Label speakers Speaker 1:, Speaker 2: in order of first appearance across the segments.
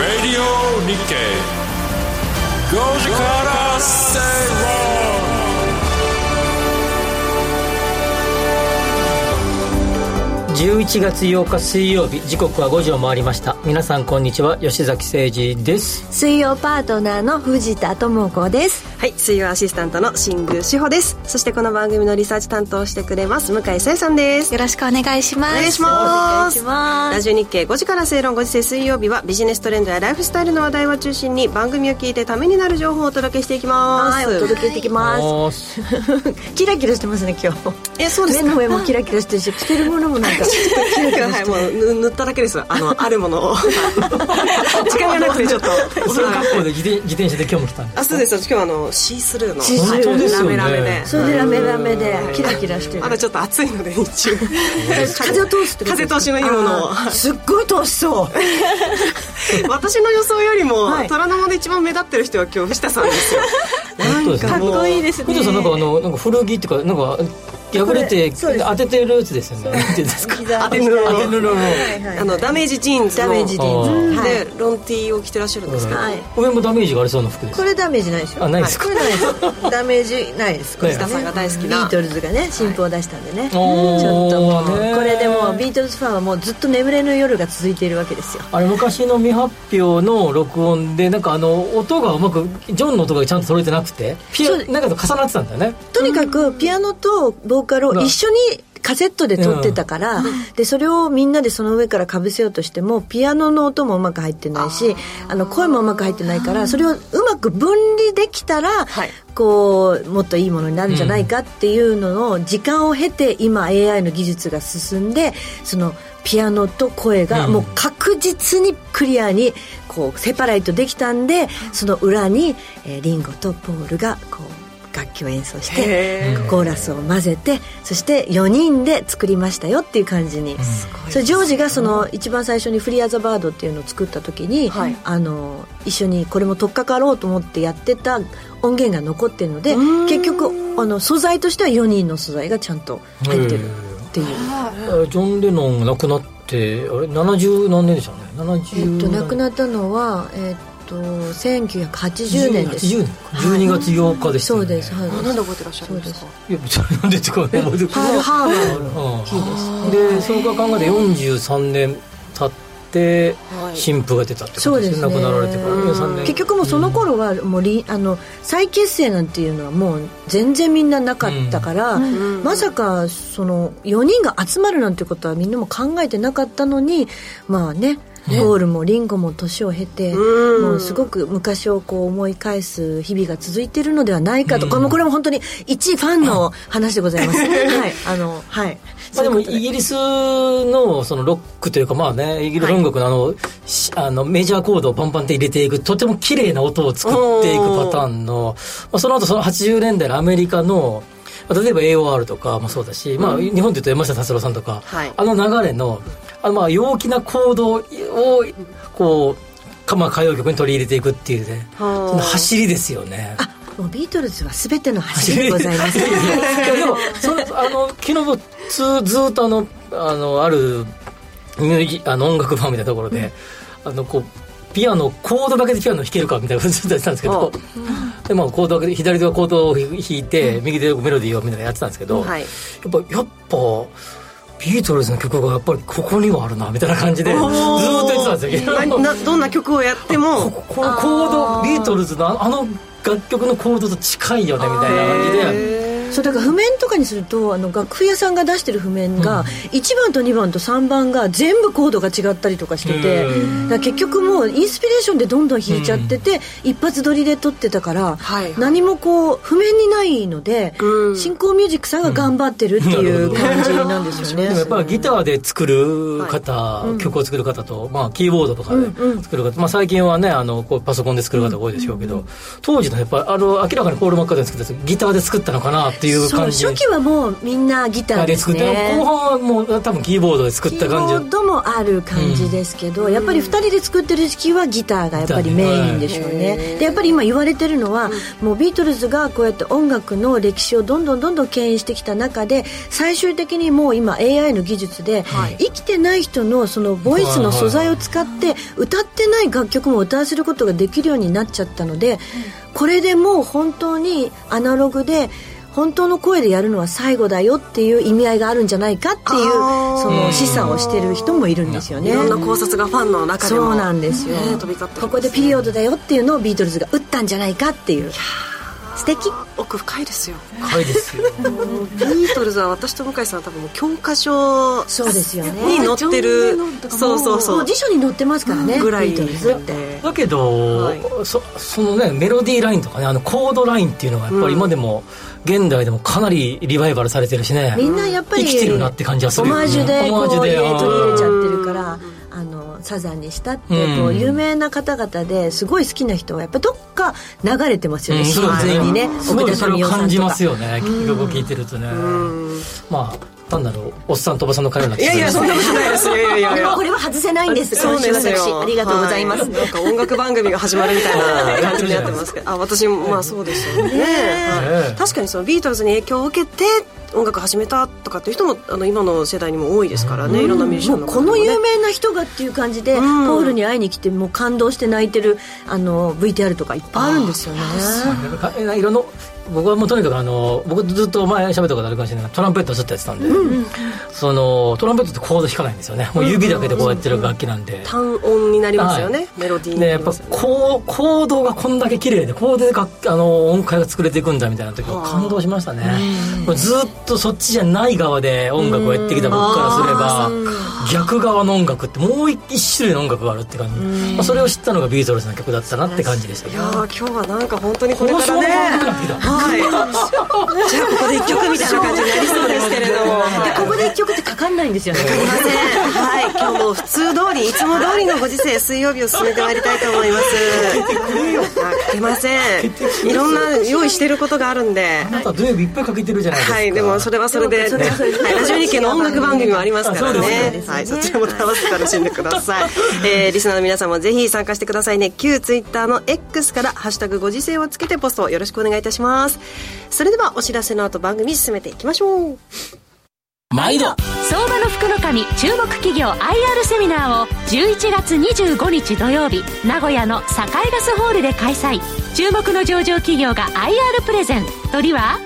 Speaker 1: Radio Nikkei 5時から正論
Speaker 2: 11月8日水曜日時刻は5時を回りました皆さんこんにちは吉崎誠二です
Speaker 3: 水曜パートナーの藤田智子です
Speaker 4: はい、水曜アシスタントの新宮志保です。そしてこの番組のリサーチ担当してくれます向井沙耶さんです。
Speaker 3: よろしくお願いします
Speaker 4: お願いします
Speaker 3: お願い
Speaker 4: ラ
Speaker 3: し
Speaker 4: ジオ日経5時から正論5時制水曜日はビジネストレンドやライフスタイルの話題を中心に番組を聞いてためになる情報をお届けしていきま
Speaker 3: ます
Speaker 4: す。
Speaker 3: はいお届けしていきま
Speaker 2: おーす
Speaker 3: すキラキラしてますね今日
Speaker 4: え、そうです
Speaker 3: 目
Speaker 4: か。
Speaker 3: の上もキラキラしてるし着てるものもなんか
Speaker 4: はい、もうぬ塗っただけです。あ の、あるものを。時間がなくてちょっと。
Speaker 2: その格好で自転自転車で今日も来たんです
Speaker 4: あ、そうです。私今日あの、シースルーの。
Speaker 3: シースルー
Speaker 2: 本当です
Speaker 4: ラ
Speaker 2: よね
Speaker 4: メラメで。
Speaker 3: それでラメラメでキラキラしてる
Speaker 4: まだちょっと暑いので、日中。
Speaker 3: 風を通すってことですか
Speaker 4: 風通しのいいものを
Speaker 3: あーすっごい通しそ う
Speaker 4: 私の予想よりも、
Speaker 3: はい
Speaker 4: 虎ノ門で一番目立ってる人は今日藤田さんですよな
Speaker 2: 本
Speaker 4: ん
Speaker 2: 当ですね
Speaker 4: もう
Speaker 3: かっこいいですね
Speaker 2: 藤田さんなんかあのなんか古着っていうかなんか破れて
Speaker 3: そうです
Speaker 2: 当ててるやつですよねなんていうん ですか
Speaker 3: 膝
Speaker 4: 当て布
Speaker 2: 当て布の
Speaker 3: はい
Speaker 4: あのダメージジーンズの
Speaker 3: ダメージジ
Speaker 2: ーンズ
Speaker 3: あー
Speaker 4: でロン T を着てらっしゃるんですけど、
Speaker 3: はい
Speaker 2: これもダメージがありそうな服です
Speaker 3: これダメージないでしょ
Speaker 2: あないですか
Speaker 3: これないですダメージないですこれ
Speaker 2: 藤田
Speaker 4: さんが大好きな
Speaker 3: ビートルズがね新譜を出したんでねち
Speaker 2: おー
Speaker 3: ょっともう
Speaker 2: ね
Speaker 3: これでもうビートルズファンはもうずっと眠れぬ夜が続いているわけですよ
Speaker 2: あれ昔の未発表の録音でなんかあの音がうまくジョンの音がちゃんと揃えてなくてピア
Speaker 3: そう
Speaker 2: なんかと重なってたんだよね
Speaker 3: とにかくピアノとボーカルを一緒にカセットで撮ってたから、でそれをみんなでその上からかぶせようとしてもピアノの音もうまく入ってないしあの声もうまく入ってないからそれをうまく分離できたら、
Speaker 4: はい
Speaker 3: こうもっといいものになるんじゃないかっていうのを時間を経て今 AI の技術が進んでそのピアノと声が
Speaker 2: うん
Speaker 3: もう確実にクリアにこうセパレートできたんでその裏に、えーリンゴとポールがこう楽器を演奏して
Speaker 4: へ
Speaker 3: コーラスを混ぜてそして4人で作りましたよっていう感じに、それジョージがその一番最初に「フリー・ア・ザ・バード」っていうのを作った時に、
Speaker 4: はい
Speaker 3: あの一緒にこれも取っかかろうと思ってやってた音源が残ってるので結局あの素材としては4人の素材がちゃんと入ってるっていう。
Speaker 2: えジョン・レノンが亡くなってあれ70何年でしたね
Speaker 3: え
Speaker 2: 70
Speaker 3: っと、亡く
Speaker 2: っ
Speaker 3: なったのは、えっと、1980年です。
Speaker 2: 10年か12月8日です、ね
Speaker 3: そうです、はい
Speaker 4: あなんで覚えてらっしゃるんですか
Speaker 2: いやそれなんでってこれ覚えてる
Speaker 3: パールハーバー
Speaker 2: うんでそう考えて43年経って
Speaker 4: はい
Speaker 2: 新婦が出たってこ
Speaker 3: そ
Speaker 2: と
Speaker 3: う
Speaker 2: で
Speaker 3: ですす
Speaker 2: ね
Speaker 3: ね
Speaker 2: 亡くなられてから
Speaker 4: うん
Speaker 2: 43年
Speaker 3: 結局もうその頃はもうリあの再結成なんていうのはもう全然みんななかったから、まさかその4人が集まるなんてことはみんなも考えてなかったのにまあねゴールもリンゴも年を経て、
Speaker 4: うん
Speaker 3: もうすごく昔をこう思い返す日々が続いているのではないかと、これもこれも本当に一ファンの話でございますはいあのはい
Speaker 2: まあ、でも
Speaker 3: そう
Speaker 2: イ
Speaker 3: いうこと
Speaker 2: ギリスのそのロックというかまあねイギリス音楽のあの,し、あのメジャーコードをバンバンって入れていくとても綺麗な音を作っていくパターンの、まあ、その後その80年代のアメリカのまあ例えば AOR とかもそうだし、まあ、日本でいうと山下達郎さんとか、
Speaker 4: はい
Speaker 2: あの流れのあのまあ陽気なコードをこうかまあ歌謡曲に取り入れていくっていうねそ
Speaker 4: はあ
Speaker 2: の走りですよね。
Speaker 3: もうビートルズは全ての走りでござ います
Speaker 2: いやでもそのあの昨日もずずっとあのあのあるミュージあの音楽番みたいなところで、あのこうピアノコードだけでピアノ弾けるかみたいなことずっとやってたんですけど、でまあコードだけで左手はコードを弾いて、右手はメロディーをみたいなのやってたんですけど、
Speaker 4: はい
Speaker 2: やっぱやっぱビートルズの曲がやっぱりここにはあるなみたいな感じでずっとやってたんですよ。
Speaker 4: ななどんな曲をやって
Speaker 2: こ
Speaker 4: も
Speaker 2: ここのコードビートルズのあのあの楽曲のコードと近いよねみたいな感じで。
Speaker 3: そうだから譜面とかにするとあの楽譜屋さんが出してる譜面が1番と2番と3番が全部コードが違ったりとかしてて
Speaker 2: うん
Speaker 3: だから結局もうインスピレーションでどんどん弾いちゃってて一発撮りで撮ってたから
Speaker 4: はいはい
Speaker 3: 何もこう譜面にないので
Speaker 4: うん
Speaker 3: 進行ミュージックさんが頑張ってるっていう感じなんですよ
Speaker 2: でもやっぱ
Speaker 3: ね。
Speaker 2: りギターで作る方、曲を作る方と、まあ、キーボードとかで作る方、まあ、最近はねあのこうパソコンで作る方が多いでしょうけど、当時のやっぱりあの明らかにポール・マッカートニー作ったやつギターで作ったのかなってっていう
Speaker 3: そう
Speaker 2: 感じ
Speaker 3: 初期はもうみんなギタ
Speaker 2: あ
Speaker 3: ー
Speaker 2: れ
Speaker 3: で
Speaker 2: 作
Speaker 3: す
Speaker 2: って、
Speaker 3: ね
Speaker 2: 後半はもう多分キーボードで作った感じ
Speaker 3: キーボードもある感じですけど、やっぱり2人で作ってる時期はギターがやっぱりメインでしょうね、でやっぱり今言われてるのは、もうビートルズがこうやって音楽の歴史をどんどんどんどん牽引してきた中で最終的にもう今 AI の技術で、生きてない人のそのボイスの素材を使って歌ってない楽曲も歌わせることができるようになっちゃったので、これでもう本当にアナログで本当の声でやるのは最後だよっていう意味合いがあるんじゃないかっていう
Speaker 4: あー
Speaker 3: その示唆をしてる人もいるんですよ
Speaker 4: い
Speaker 3: ね。
Speaker 4: ろんな考察がファンの中で
Speaker 3: そ
Speaker 4: も
Speaker 3: うなんですよ、
Speaker 4: ね飛び交って
Speaker 3: ここでピリオドだよっていうのをビートルズが打ったんじゃないかっていう素敵
Speaker 4: 奥深いですよ
Speaker 2: 深いですよ
Speaker 4: ビートルズは私と向井さんは多分もう教科書
Speaker 3: そうですよね
Speaker 4: に載ってる
Speaker 5: あ上下のとかも
Speaker 4: そうそう
Speaker 3: も
Speaker 4: そうう
Speaker 3: 辞書に載ってますからね
Speaker 4: ぐらい
Speaker 3: ビートルズって
Speaker 2: だけど、
Speaker 4: はい
Speaker 2: そそのねメロディーラインとかねあのコードラインっていうのがやっぱり今でも、現代でもかなりリバイバルされてるしね
Speaker 3: みんなやっぱり
Speaker 2: 生きてるなって感じはする
Speaker 3: オマージュでこ
Speaker 2: オマー
Speaker 3: う
Speaker 2: ジュ
Speaker 3: 入
Speaker 2: で
Speaker 3: れ取り入れちゃってるから
Speaker 4: うん
Speaker 3: あのサザンにしたって、
Speaker 2: うん
Speaker 3: こう有名な方々ですごい好きな人はやっぱどっか流れてますよね、
Speaker 2: うん
Speaker 3: シ
Speaker 2: そ
Speaker 3: ン
Speaker 2: れ
Speaker 3: バルにね
Speaker 2: すごいそれを感じます
Speaker 3: よ
Speaker 2: よね曲を聴いてるとね、まあ単なるおっさんとおばさんの会話になっ
Speaker 4: い
Speaker 2: て
Speaker 4: やいやそんなことないですいやいやい
Speaker 3: で
Speaker 4: や
Speaker 3: もこれは外せないんです
Speaker 4: そう
Speaker 3: 今週
Speaker 4: です
Speaker 3: 私
Speaker 4: よ
Speaker 3: ありがとうございます、
Speaker 4: はなんか音楽番組が始まるみたいな感じになってますけどあ私もまあそうですよねはい確かにそのビートルズに影響を受けて音楽始めたとかっていう人もあの今の世代にも多いですからねいろんなミュージシャン
Speaker 3: も
Speaker 4: の方
Speaker 3: うこ
Speaker 4: もね
Speaker 3: の有名な人がっていう感じ
Speaker 4: ん
Speaker 3: で、ポールに会いに来てもう感動して泣いてるあの VTR とかいっぱいあるんですよね
Speaker 2: いろんな僕はもうとにかくあの僕ずっと前喋ったことあるかもしれないけどトランペットをずっとやってたんで、そのトランペットってコード弾かないんですよねもう指だけでこうやってる楽器なんで、
Speaker 4: 単音になりますよね、
Speaker 2: はい
Speaker 4: メロディーに
Speaker 2: ね、
Speaker 4: な
Speaker 2: やっ
Speaker 4: り
Speaker 2: ぱ
Speaker 4: ますよね
Speaker 2: こう行動がこんだけ綺麗でこうで楽あの音階が作れていくんだみたいな時は感動しましたねこれずっとそっちじゃない側で音楽をやってきた僕からすれば逆側の音楽ってもう一一種類の音楽があるって感じ、まあ、それを知ったのがビートルズの曲だったなって感じでした
Speaker 4: い
Speaker 2: け
Speaker 4: や
Speaker 2: ど
Speaker 4: ー今日はなんか本当にこ
Speaker 2: こ
Speaker 4: れ
Speaker 2: の
Speaker 4: か
Speaker 2: 衝撃
Speaker 4: らね
Speaker 2: が
Speaker 4: はい、じゃあここで一曲みたいな感じになりそうですけれども
Speaker 3: でここで一曲ってかかんないんですよね
Speaker 4: すいませんはい今日も普通通りいつも通りのご時世水曜日を進めてまいりたいと思いますあかけませんいろんな用意してることがあるんで
Speaker 2: あなた土曜日いっぱいかけてるじゃないですか
Speaker 4: はいでもそれはそれで
Speaker 3: それはそれで
Speaker 4: はいラジオ日経の音楽番組もありますから
Speaker 2: あそうです
Speaker 4: ねはいそちらも楽しく楽しんでくださいえーリスナーの皆さんもぜひ参加してくださいね旧ツイッターの X から「ハッシュタグご時世」をつけてポストをよろしくお願いいたしますそれではお知らせの後番組進めていきましょう
Speaker 2: 毎度
Speaker 5: 相場の福の神注目企業 IR セミナーを11月25日土曜日名古屋の境ガスホールで開催注目の上場企業が IR プレゼン鳥は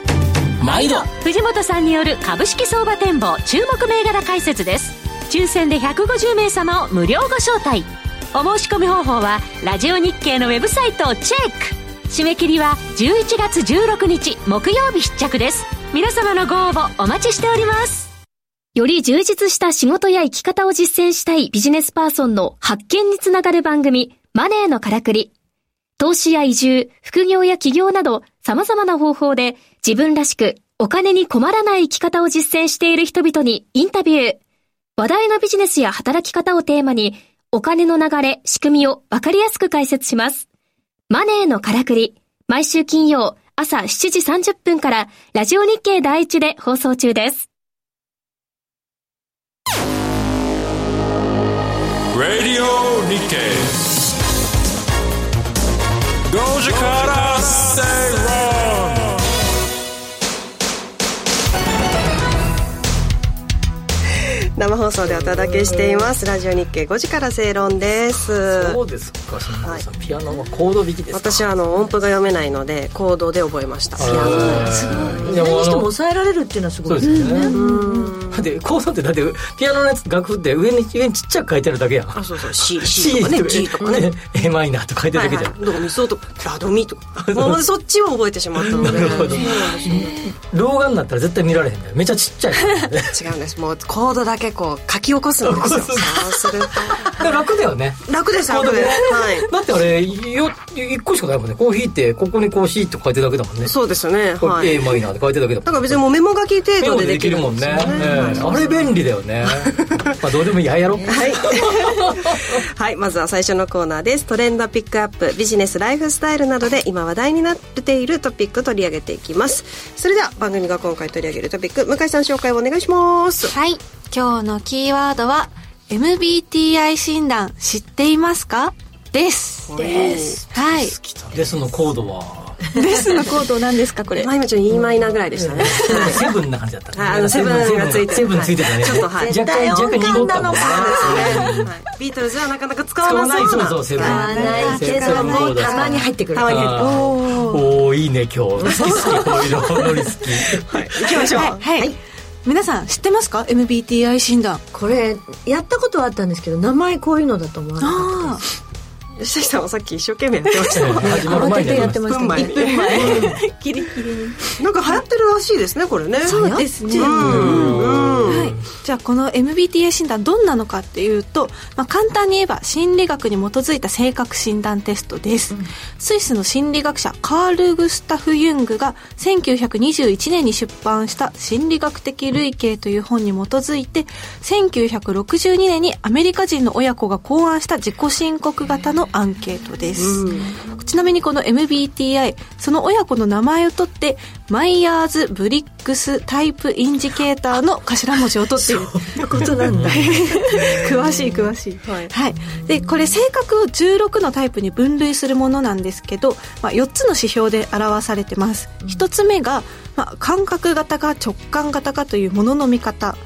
Speaker 2: 毎度
Speaker 5: 藤本さんによる株式相場展望注目銘柄解説です抽選で150名様を無料ご招待お申し込み方法はラジオ日経のウェブサイトをチェック締め切りは11月16日木曜日必着です皆様のご応募お待ちしております
Speaker 6: より充実した仕事や生き方を実践したいビジネスパーソンの発見につながる番組、マネーのからくり。投資や移住、副業や起業など様々な方法で自分らしくお金に困らない生き方を実践している人々にインタビュー。話題のビジネスや働き方をテーマにお金の流れ、仕組みをわかりやすく解説します。マネーのからくり。毎週金曜朝7時30分からラジオ日経第一で放送中です。
Speaker 1: Radio Nikkei. Goji Kara Stay Wrong.
Speaker 4: 生放送でお届けしていますラジオ日経5時から正論です
Speaker 2: そうですか新庄さん、ピアノはコード弾きですか
Speaker 4: 私はあの音符が読めないので行動で覚えました
Speaker 2: あーいや
Speaker 3: 何
Speaker 2: もう
Speaker 3: に
Speaker 2: あ
Speaker 3: しても
Speaker 2: の
Speaker 3: 抑えられるっていうのは
Speaker 2: そ
Speaker 3: すご
Speaker 2: う
Speaker 3: い
Speaker 2: です
Speaker 3: ね
Speaker 2: よね。だって、コードって、だって、ピアノのやつ、楽譜って上に、上にちっちゃく書いてあるだけやん。
Speaker 4: あそうそう C, C とかね G とかね
Speaker 2: A マイナーとか書いて
Speaker 4: は
Speaker 2: る
Speaker 4: い
Speaker 2: だけ
Speaker 4: は
Speaker 2: じゃん。
Speaker 4: い、どこミソとかラドミとかもうそっちを覚えてしまったので
Speaker 2: なるほど
Speaker 4: そうなんですよ
Speaker 2: 老眼になったら絶対見られへんだよ。めっちゃちっちゃい。
Speaker 4: 違うんですもうコードだけ結構書き起こすんですよ。
Speaker 2: 起こ
Speaker 4: そうする
Speaker 2: で楽だよね
Speaker 4: と楽です
Speaker 2: コー
Speaker 4: 楽
Speaker 2: ド
Speaker 4: で
Speaker 2: ね
Speaker 4: す。はい。
Speaker 2: だってあれよ1個しかないもんねコーヒーってここにコーヒーって書いてるだけだもんね
Speaker 4: そうですね。
Speaker 2: これ
Speaker 4: はい。
Speaker 2: A マイナーって書いてるだけだもん
Speaker 4: なんか別にもうメモ書き程
Speaker 2: ペ
Speaker 4: 度
Speaker 2: ン
Speaker 4: で
Speaker 2: で
Speaker 4: で
Speaker 2: で
Speaker 4: き
Speaker 2: き
Speaker 4: る
Speaker 2: るも
Speaker 4: ん
Speaker 2: ん
Speaker 4: です
Speaker 2: ね
Speaker 4: よ
Speaker 2: ええあれ便利だよ ねまあどうでもいいあれやろう
Speaker 4: はい。はい、まずは最初のコーナーです。トレンドピックアップ、ビジネス、ライフスタイルなどで今話題になっているトピック取り上げていきます。それでは番組が今回取り上げるトピック、向井さん紹介をお願いします。
Speaker 7: はい。今日のキーワードは、MBTI 診断知っていますかです。
Speaker 4: です。
Speaker 7: はい。
Speaker 2: ですのコードは
Speaker 7: ですのコードなんですか、これ。
Speaker 4: まあ今ちょっと E マイナーぐらいでしたね。
Speaker 2: セブンな感じだったね
Speaker 4: ああのセブンがついてる
Speaker 2: セブンついてたね
Speaker 4: ちょっとはい
Speaker 2: 若干若干濁ったもんね
Speaker 4: はいビートルズはなかなか使
Speaker 2: 使
Speaker 4: わ
Speaker 2: わ
Speaker 4: な
Speaker 2: ないい
Speaker 4: そう
Speaker 2: そう
Speaker 4: な。
Speaker 2: そうセブン
Speaker 3: あないけど
Speaker 2: セブンコード
Speaker 3: たまに入ってくる
Speaker 4: たまに入ってく
Speaker 2: あ
Speaker 4: る
Speaker 2: ーおーいいね今日好き好きこういうのノリ好き
Speaker 4: 行きましょう。
Speaker 7: はい。はい。皆さん知ってますか ?MBTI 診断。
Speaker 3: これやったことはあったんですけど名前こういうのだと思わなかっ
Speaker 7: あ
Speaker 4: 吉崎さんはさっき一生懸命やってましたね。
Speaker 2: 始ま
Speaker 3: た
Speaker 2: る
Speaker 3: 慌
Speaker 2: 前
Speaker 3: て
Speaker 2: にや
Speaker 3: て
Speaker 2: り
Speaker 3: やっ
Speaker 2: ま
Speaker 3: て
Speaker 2: す
Speaker 3: ま
Speaker 4: 1
Speaker 3: した
Speaker 4: 分 前に。
Speaker 7: あ。ギリギリに。
Speaker 4: なんか流行ってるらしいですね、これね。
Speaker 7: そうですね。はい、じゃあこの MBTI 診断どんなのかっていうと、まあ、簡単に言えば心理学に基づいた性格診断テストです、スイスの心理学者カール・グスタフ・ユングが1921年に出版した「心理学的類型」という本に基づいて1962年にアメリカ人の親子が考案した自己申告型のアンケートです、ちなみにこの MBTI、その親子の名前を取って、マイヤーズ・ブリックス・タイプ・インジケーターの頭文字を取ってい る。
Speaker 3: たことなんだ
Speaker 7: 詳しい詳しい。はい。で、これ性格を16のタイプに分類するものなんですけど、まあ、4つの指標で表されてます。1つ目が、まあ、感覚型か直感型かというものの見方。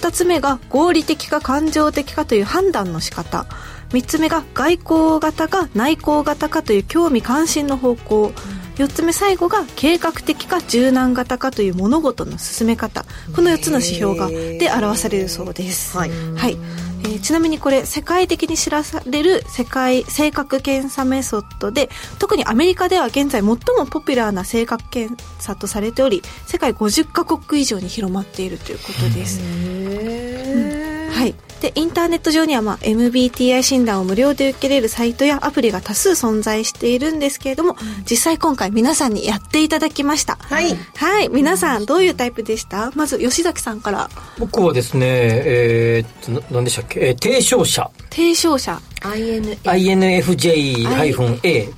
Speaker 7: 2つ目が合理的か感情的かという判断の仕方。3つ目が外交型か内向型かという興味関心の方向4つ目最後が計画的か柔軟型かという物事の進め方この4つの指標がで表されるそうです、
Speaker 4: はい
Speaker 7: はいえーちなみにこれ世界的に知らされる世界性格検査メソッドで特にアメリカでは現在最もポピュラーな性格検査とされており世界50カ国以上に広まっているということですはい、でインターネット上には、まあ、MBTI 診断を無料で受けれるサイトやアプリが多数存在しているんですけれども、実際今回皆さんにやっていただきました
Speaker 4: はい
Speaker 7: はい皆さんどういうタイプでしたまず吉崎さんから
Speaker 2: 僕はですねえーっとな何でしたっけえー提唱者
Speaker 7: 提唱者
Speaker 3: INA
Speaker 2: INFJ-A え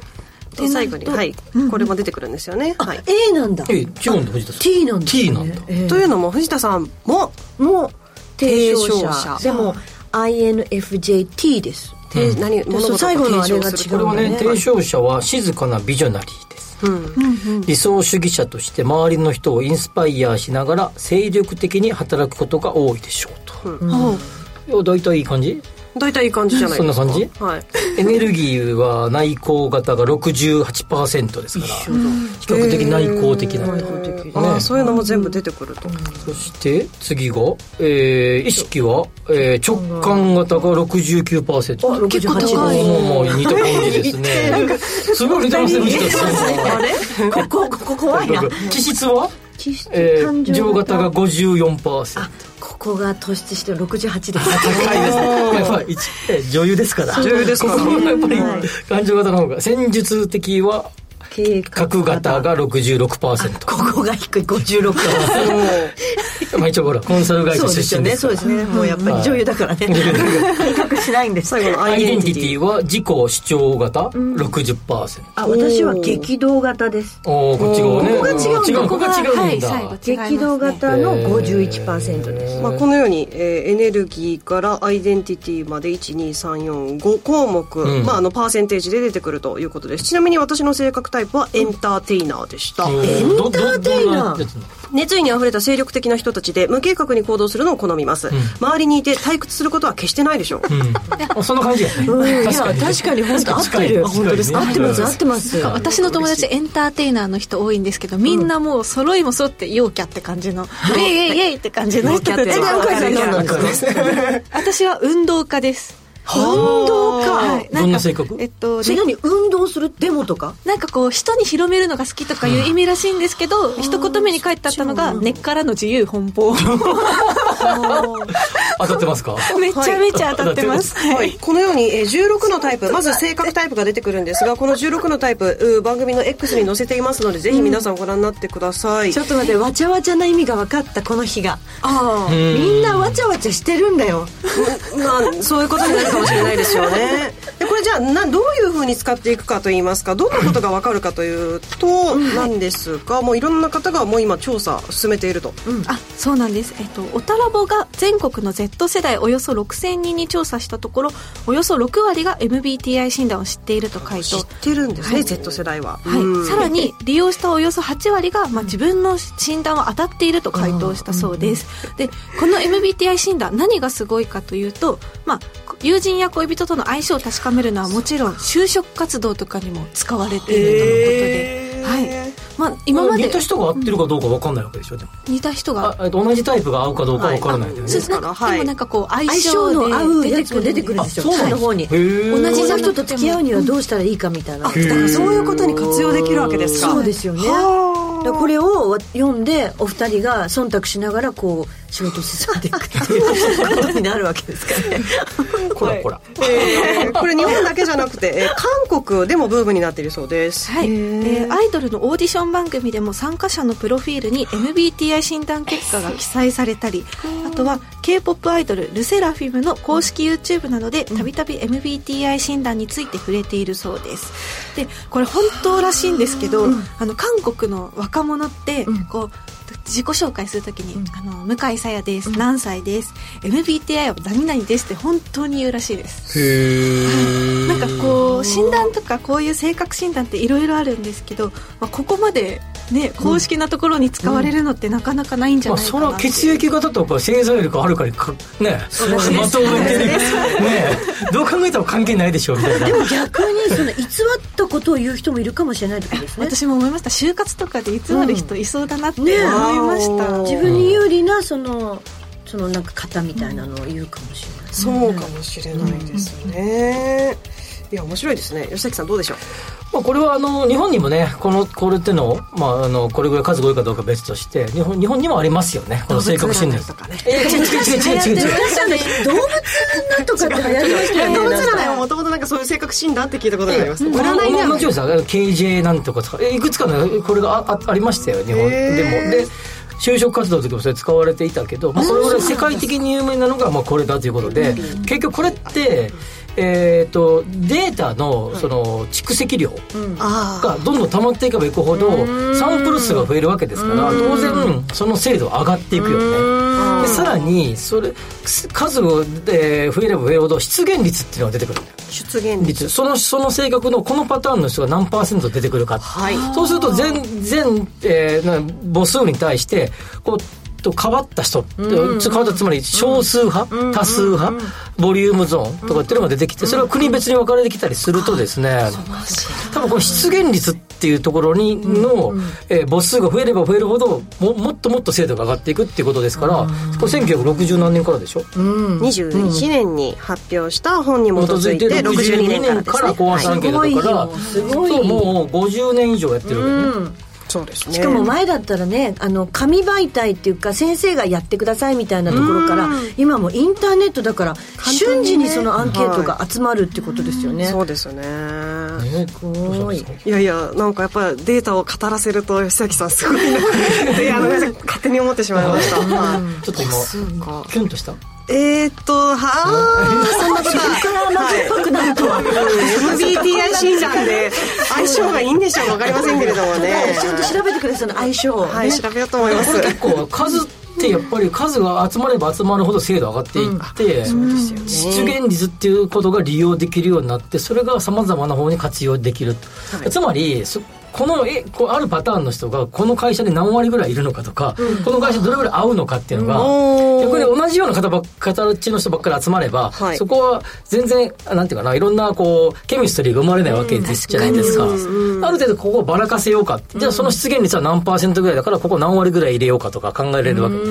Speaker 4: で最後に、はい、これも出てくるんですよね。はい。
Speaker 3: A なんだ
Speaker 2: 違うんだ藤田さん
Speaker 3: T なんだ、ね、
Speaker 2: T なんだ
Speaker 3: ええ
Speaker 4: というのも藤田さんも
Speaker 3: もう提唱
Speaker 4: 提
Speaker 3: 者
Speaker 4: 唱者
Speaker 3: でも INFJT です
Speaker 4: て、何物事を
Speaker 3: 最後のあれが
Speaker 4: 提唱す
Speaker 2: こ
Speaker 4: る
Speaker 2: れはね
Speaker 3: うん
Speaker 2: 提唱者は静かなビジョナリーです、理想主義者として周りの人をインスパイアしながら精力的に働くことが多いでしょうと、
Speaker 7: おう
Speaker 2: いや大体いい感じ
Speaker 4: 大体いい感じじゃないですか。
Speaker 2: そんな感じ
Speaker 4: はい。
Speaker 2: エネルギーは内向型が68%ですから比較的内向的な、
Speaker 4: ああ、
Speaker 2: ね、
Speaker 4: そういうのも全部出てくると。
Speaker 2: そして次が、えー意識は、えー直感型が69%
Speaker 3: 結構
Speaker 2: もうもう似た感じですねすごい似てますね藤田さんは
Speaker 3: ここここ怖いな
Speaker 2: 気質は
Speaker 3: 気質
Speaker 2: え
Speaker 3: 感
Speaker 2: ー、情型が54%
Speaker 3: ここが突出してる68です
Speaker 2: 高いですねやっぱり一えー女優ですから
Speaker 4: 女優ですから
Speaker 2: ここはやっぱり
Speaker 3: はい
Speaker 2: 感情型の方が戦術的は
Speaker 3: 計画
Speaker 2: 角型が
Speaker 3: こ
Speaker 2: 66%
Speaker 3: こが低い56
Speaker 2: まあ一応ほらコンサル会
Speaker 3: そ
Speaker 2: 社
Speaker 3: うです
Speaker 2: 出身ですから
Speaker 3: よねそうですねもうやっぱり女優だ からね計画しないんです
Speaker 4: 最後のア
Speaker 2: ア
Speaker 4: イ
Speaker 2: イ
Speaker 4: デ
Speaker 2: デ
Speaker 4: ン
Speaker 2: ン
Speaker 4: テ
Speaker 2: ティ
Speaker 4: ィテ
Speaker 2: ティ。
Speaker 4: ィ
Speaker 2: は自己主張型60%、
Speaker 3: あ私は激動型です
Speaker 2: おおこっち側ね
Speaker 3: ここが違うんだ
Speaker 2: 違うここが違うんだ、
Speaker 7: はい、最後違いますね
Speaker 3: 激動型の51%です
Speaker 4: まあ、このように、えーエネルギーからアイデンティティまで12345項目、
Speaker 2: うん
Speaker 4: まあ、あのパーセンテージで出てくるということですちなみに私の性格タイプはエンターテイナーでし
Speaker 2: エ
Speaker 4: た、
Speaker 3: ンターテイナー
Speaker 4: 熱意にあふれた精力的な人たちで無計画に行動するのを好みます、周りにいて退屈することは決してないでしょう、
Speaker 2: うん、そんな感じやね、
Speaker 3: うんいや
Speaker 2: 確かに
Speaker 3: 確かに本当合ってる
Speaker 2: あ本当ですか
Speaker 3: 合ってます合ってます
Speaker 7: 私の友達エンターテイナーの人多いんですけどみんなもう揃いも揃って陽キャって感じの「イエイイエイイエイ!」って感じの人たち
Speaker 4: 陽キャって
Speaker 3: えで向井さん何なんですか
Speaker 7: 私は運動家です運動家、はい、
Speaker 2: どんな性格
Speaker 7: えっと
Speaker 3: それ何運動するデモとか
Speaker 7: なんかこう人に広めるのが好きとかいう意味らしいんですけど、一言目に書いてあったのが根っからの自由奔放
Speaker 2: 当たってますか
Speaker 7: めちゃめちゃ当たってます。は
Speaker 4: はいい、。このように、えー16のタイプまず性格タイプが出てくるんですがこの16のタイプうー番組の X に載せていますのでぜひ皆さんご覧になってください、
Speaker 3: ちょっと待ってわちゃわちゃな意味が分かったこの日が
Speaker 4: ああ
Speaker 3: みんなわちゃわちゃしてるんだよ
Speaker 4: まあそういうことになるかもしれないですよねでこれじゃあなどういうふうに使っていくかといいますかどんなことがわかるかというとなんですがもういろんな方がもう今調査進めていると、
Speaker 7: あそうなんです、えっと、おたらぼが全国の Z 世代およそ6000人に調査したところおよそ6割が MBTI 診断を知っていると回
Speaker 4: 知
Speaker 7: 答
Speaker 4: ってるんですね、Z 世代は、
Speaker 7: はい、さら
Speaker 4: に
Speaker 7: に利用したおよそ8割が、まあ、自分の診断は当たっていると回答したそうです、でこの MBTI 診断何がすごいかというと、まあ、友人や恋人との相性を確かめるのはもちろん就職活動とかにも使われているとのことで、はいまあ、今まで
Speaker 2: 似た人が合ってるかどうか分かんないわけでしょでも
Speaker 7: 似た人が
Speaker 2: あえっと同じタイプが合うかどうか分からないんだよね
Speaker 7: そうです
Speaker 4: で
Speaker 7: な
Speaker 4: す
Speaker 7: ん
Speaker 4: から
Speaker 7: か、
Speaker 4: はい
Speaker 7: でもなんかこう相
Speaker 3: 相
Speaker 7: 性
Speaker 3: 性の合うやつも出てくるん
Speaker 2: あ
Speaker 3: ですよ
Speaker 2: そうなん
Speaker 3: 下
Speaker 2: で
Speaker 3: の
Speaker 2: す
Speaker 3: 方に
Speaker 2: へー
Speaker 3: 同じの人と付き合うにはどうしたらいいかみたいな
Speaker 4: だからそういうことに活用できるわけですか
Speaker 3: そうですよね
Speaker 4: はあ
Speaker 3: だからこれを読んでお二人が忖度しながらこう仕事を進めていくっていうことになるわけですからね
Speaker 2: こらこら
Speaker 4: え ーこれ日本だけじゃなくて、えー韓国でもブームになっているそうです
Speaker 7: はい、えーアイドルのオーディション番組でも参加者のプロフィールに MBTI 診断結果が記載されたりあとは k p o p アイドルルセラフィムの公式 YouTube などでたびたび MBTI 診断について触れているそうですでこれ本当らしいんですけど、あの韓国の若者ってこう、自己紹介するときに、あの向井さやです、何歳です MBTI は何々ですって本当に言うらしいですなんかこう診断とかこういう性格診断っていろいろあるんですけど、まあ、ここまで、ね、公式なところに使われるのってなかなかないんじゃ
Speaker 2: まあ、
Speaker 7: ない
Speaker 2: そ
Speaker 7: か
Speaker 2: れ
Speaker 7: な
Speaker 2: は血液型とか星座よりかはるかにかね
Speaker 3: です
Speaker 2: まとめてるねえどう考えても関係ないでしょみたいな
Speaker 3: でも逆にその偽ったことを言う人もいるかもしれないってことですね
Speaker 7: 私も思いました就活とかで偽る人いそうだなって
Speaker 3: うん
Speaker 7: 思い
Speaker 3: ねえ
Speaker 7: ました、
Speaker 4: あー
Speaker 3: 自分に有利なそのそのなんか型みたいなのを言うかもしれない、
Speaker 4: そうかもしれないですね、いや面白いですね吉崎さんどうでしょう
Speaker 2: まあ、これはあの日本にもねこのこれってのを、まあ、あのこれぐらい数が多いかどうかは別として日本日本にもありますよねこの性格診断
Speaker 4: とかね
Speaker 2: 違う違う違う違う違う
Speaker 3: 動物なんとかって流行りましたよね
Speaker 4: 動物
Speaker 3: なんか
Speaker 4: 占いはもともとなんかそういう性格診断って聞いたことがあります、
Speaker 2: まあまあもちろんさ KJ なんとかとかえいくつかのこれがああありましたよ日本
Speaker 4: へー
Speaker 2: でもで就職活動の時もそれ使われていたけど、まあ、それぐらい世界的に有名なのがまあこれだということで結局これって、えー、とデータのその蓄積量がどんどん溜まっていけばいくほどサンプル数が増えるわけですから当然その精度は上がっていくよねでさらにそれ数がえー増えれば増えるほど出現率っていうのが出てくるんだよ
Speaker 4: 出現率
Speaker 2: 率そのその性格のこのパターンの人が何パーセント出てくるか、
Speaker 4: はい
Speaker 2: そうすると全全、えーな母数に対してこうと変わった人、つ変わったつまり少数派、多数派、ボリュームゾーンとかっていうのが出てきてそれは国別に分かれてきたりするとですね、多分この出現率っていうところにの、えー母数が増えれば増えるほどももっともっと精度が上がっていくっていうことですから、これ1960何年からでしょ、
Speaker 4: 21年に発表した本に基
Speaker 2: 基
Speaker 4: づ
Speaker 2: づ
Speaker 4: い
Speaker 2: い
Speaker 4: て
Speaker 2: て
Speaker 4: 62
Speaker 2: 62
Speaker 4: 年
Speaker 2: 年
Speaker 4: か
Speaker 2: か
Speaker 4: らですね
Speaker 2: ら考案したアンケートだから、
Speaker 3: すごいよすごい
Speaker 2: そうもう50年以上やってるわけね、
Speaker 4: そうですね
Speaker 3: しかも前だったらねあの紙媒体っていうか先生がやってくださいみたいなところから今もうインターネットだから瞬時にそのアンケートが集まるってことですよね、
Speaker 4: そうですよね
Speaker 2: ね
Speaker 3: すごい
Speaker 2: どうしたんですか
Speaker 4: いやいやなんかやっぱりデータを語らせると吉崎さんすごいなってあのごめ んなさい勝手に思ってしまいましたはい
Speaker 2: ちょっと今キュンとした
Speaker 4: えーっと、はあ、そんなことからまっぽくなると MBTI 診断で相性がいいんでしょうかわかりませんけれどもね。
Speaker 3: ちゃんと調べてくださいの相性を、ね
Speaker 4: はい、調べようと思います。
Speaker 2: 結構数ってやっぱり数が集まれば集まるほど精度上がっていって、出現率っていうことが利用できるようになってそれがさまざまな方に活用できる、つまりそこのえこうあるパターンの人がこの会社で何割ぐらいいるのかとか、この会社どれぐらい合うのかっていうのが、逆に同じような方ばっ形の人ばっかり集まれば、
Speaker 4: はい
Speaker 2: そこは全然あなんていうかないろんなこうケミストリーが生まれないわけですじゃないですか,、ある程度ここをばらかせようかって、じゃあその出現率は何パーセントぐらいだからここ何割ぐらい入れようかとか考えれるわけです、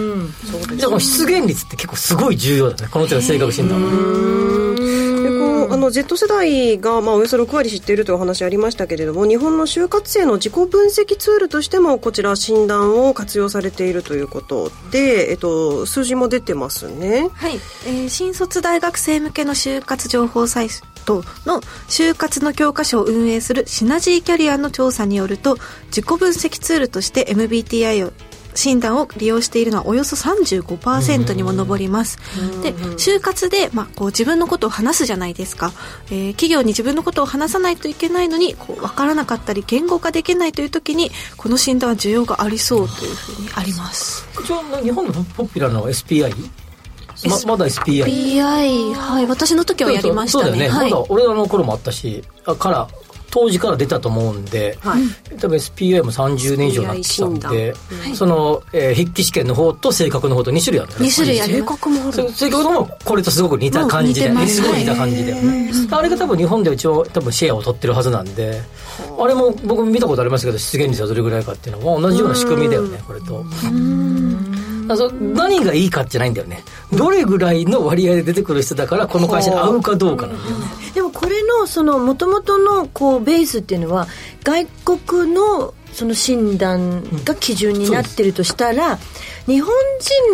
Speaker 2: じゃあこの出現率って結構すごい重要だねこの手の性格診断は
Speaker 4: でこうあの Z 世代が、まあ、およそ6割知っているというお話ありましたけれども日本の就活生の自己分析ツールとしてもこちら診断を活用されているということで、えっと、数字も出てますね。
Speaker 7: はい、えー新卒大学生向けの就活情報サイトの就活の教科書を運営するシナジーキャリアの調査によると自己分析ツールとして MBTI を診断を利用しているのはおよそ35%にも上りますで就活で、まあ、こう自分のことを話すじゃないですか、えー企業に自分のことを話さないといけないのにこう分からなかったり言語化できないという時にこの診断は需要がありそうというふうにあります
Speaker 2: 一応日本のポピュラーなのは SPI? ままだ SPI?
Speaker 8: BI、はい、私の時はやりました
Speaker 2: そうだよ
Speaker 8: ね。
Speaker 2: ね、
Speaker 8: はい
Speaker 2: まだ。俺らの頃もあったしあから当時から出たと思うんで、多分 SPI も30年以上になってきたんで、その、えー筆記試験の方と性格の方と2種類あるんだよね
Speaker 8: 2種類あり
Speaker 4: 性
Speaker 8: ます。
Speaker 4: 格もある
Speaker 2: そ性格の方もこれとすごく似た感じだよ
Speaker 8: うん
Speaker 2: ね
Speaker 8: 似てます
Speaker 2: すごい似た感じだよね、あれが多分日本では一応多分シェアを取ってるはずなんで、あれも僕見たことありますけど出現率はどれぐらいかっていうのは同じような仕組みだよねこれとだからそ何がいいかじゃないんだよねどれぐらいの割合で出てくる人だからこの会社に合うかどうかなんだよね
Speaker 3: でもこれのその元々のこうベースっていうのは外国のその診断が基準になってるとしたら、日本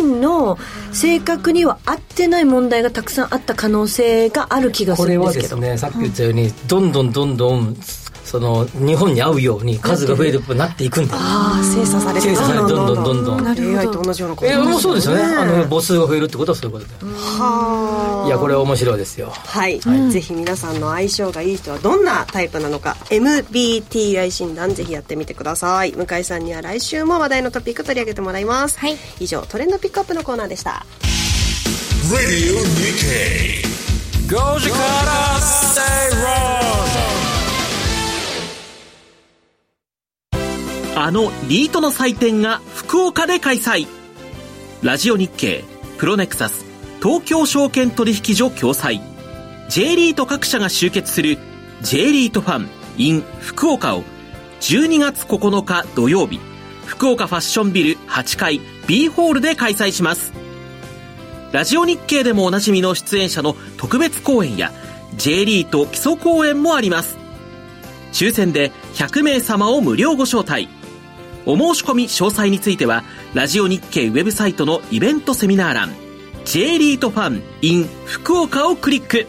Speaker 3: 人の性格には合ってない問題がたくさんあった可能性がある気がす
Speaker 2: こ
Speaker 3: る
Speaker 2: れ
Speaker 3: んで
Speaker 2: は
Speaker 3: す
Speaker 2: で
Speaker 3: け
Speaker 2: す
Speaker 3: ど。
Speaker 2: ねさっき言ったように、どんどんどんどんその日本に合うように数が増えるなっていくんだよね
Speaker 4: ああ精査されて
Speaker 2: 精査されてどんどんどんどん
Speaker 4: AI と同じようなこと
Speaker 2: えーもうそうですよねあの
Speaker 4: は
Speaker 2: 母数が増えるってことはそういうことだよね
Speaker 4: あ
Speaker 2: いやこれは面白いですよ
Speaker 4: はい、ぜひ皆さんの相性がいい人はどんなタイプなのか MBTI 診断ぜひやってみてください向井さんには来週も話題のトピック取り上げてもらいます、
Speaker 7: はい、
Speaker 4: 以上トレンドピックアップのコーナーでした
Speaker 1: Radio Nikkei. Gojikara Stay
Speaker 9: あのリートの祭典が福岡で開催ラジオ日経プロネクサス東京証券取引所共催 J リート各社が集結する J リートファン in 福岡を12月9日土曜日福岡ファッションビル8階 B ホールで開催しますラジオ日経でもおなじみの出演者の特別公演や J リート基礎公演もあります抽選で100名様を無料ご招待お申し込み詳細についてはラジオ日経ウェブサイトのイベントセミナー欄 J リートファン in 福岡をクリック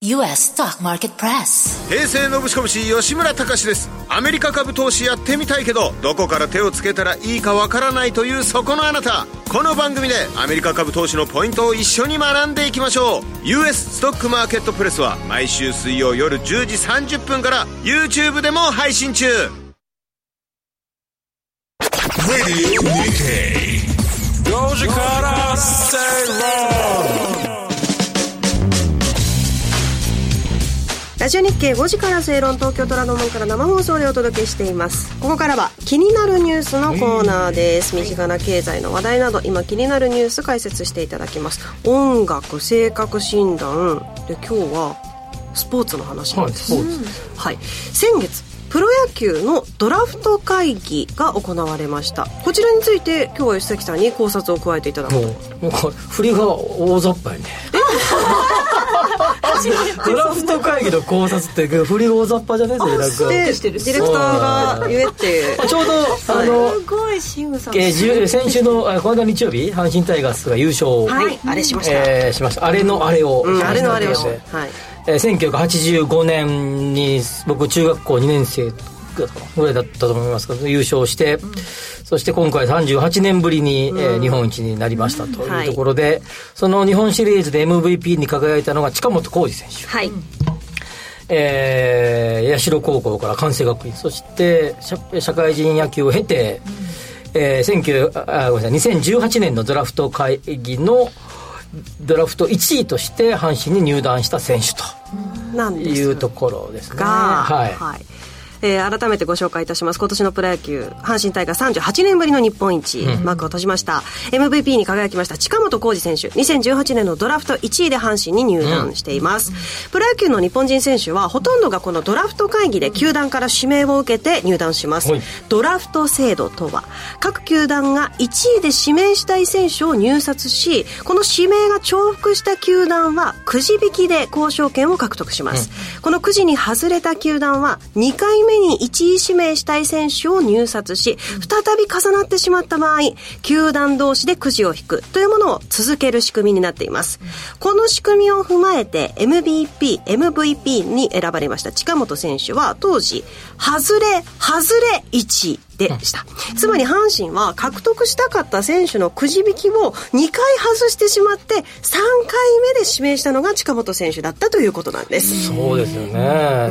Speaker 10: US Stock Market Press
Speaker 11: 平成のぶしこぶし吉村隆ですアメリカ株投資やってみたいけどどこから手をつけたらいいかわからないというそこのあなたこの番組でアメリカ株投資のポイントを一緒に学んでいきましょう US ストックマーケットプレスは毎週水曜夜10時30分から YouTube でも配信中
Speaker 1: Radio Nikkei. Gojikara Stay Wrong.
Speaker 4: ラジオ日経5時から正論東京虎ノ門から生放送でお届けしていますここからは気になるニュースのコーナーです身近な経済の話題など今気になるニュース解説していただきます音楽性格診断で今日はスポーツの話なんです、
Speaker 2: はいスポー
Speaker 4: はい、先月プロ野球のドラフト会議が行われましたこちらについて今日は吉崎さんに考察を加えていただく
Speaker 2: もうもうこれ振りが大雑 把やねドラフト会議の考察って振りが大雑把じゃねえぞ
Speaker 4: で
Speaker 2: 枝
Speaker 4: ディレクターが言えっ て
Speaker 2: 君ちょうどあの、
Speaker 3: ごい慎吾さ
Speaker 2: えー10先週のあこの間日曜日阪神タイガースが優勝、
Speaker 4: はいあれしました、
Speaker 2: えーしましたあれのあれを、
Speaker 4: うん、あれのあれを
Speaker 2: しました
Speaker 4: はい
Speaker 2: えー1985年に僕中学校2年生ぐらいだったと思いますけど優勝して、そして今回38年ぶりに、えー日本一になりましたと
Speaker 4: はい
Speaker 2: いうところで、その日本シリーズで MVP に輝いたのが近本浩二選手、
Speaker 4: はい、
Speaker 2: えー、社高校から関西学院そして社社会人野球を経て、えー19ああごめんなさい2018年のドラフト会議のドラフト1位として阪神に入団した選手と。
Speaker 4: なんです
Speaker 2: いうところですね。
Speaker 4: が、
Speaker 2: はい。
Speaker 4: はいえー改めてご紹介いたします今年のプロ野球阪神タイガー38年ぶりの日本一、
Speaker 12: うん
Speaker 4: 幕を閉じました MVP に輝きました近本浩二選手2018年のドラフト1位で阪神に入団しています、プロ野球の日本人選手はほとんどがこのドラフト会議で球団から指名を受けて入団します、
Speaker 12: はい
Speaker 4: ドラフト制度とは各球団が1位で指名したい選手を入札しこの指名が重複した球団はくじ引きで交渉権を獲得します、このくじに外れた球団は2回目に1位指名したい選手を入札し再び重なってしまった場合球団同士でくじを引くというものを続ける仕組みになっていますこの仕組みを踏まえて MVP、MVP に選ばれました近本選手は当時外れ、外れ1位でした。つまり阪神は獲得したかった選手のくじ引きを2回外してしまって3回目で指名したのが近本選手だったということなんです。
Speaker 2: そうですよね、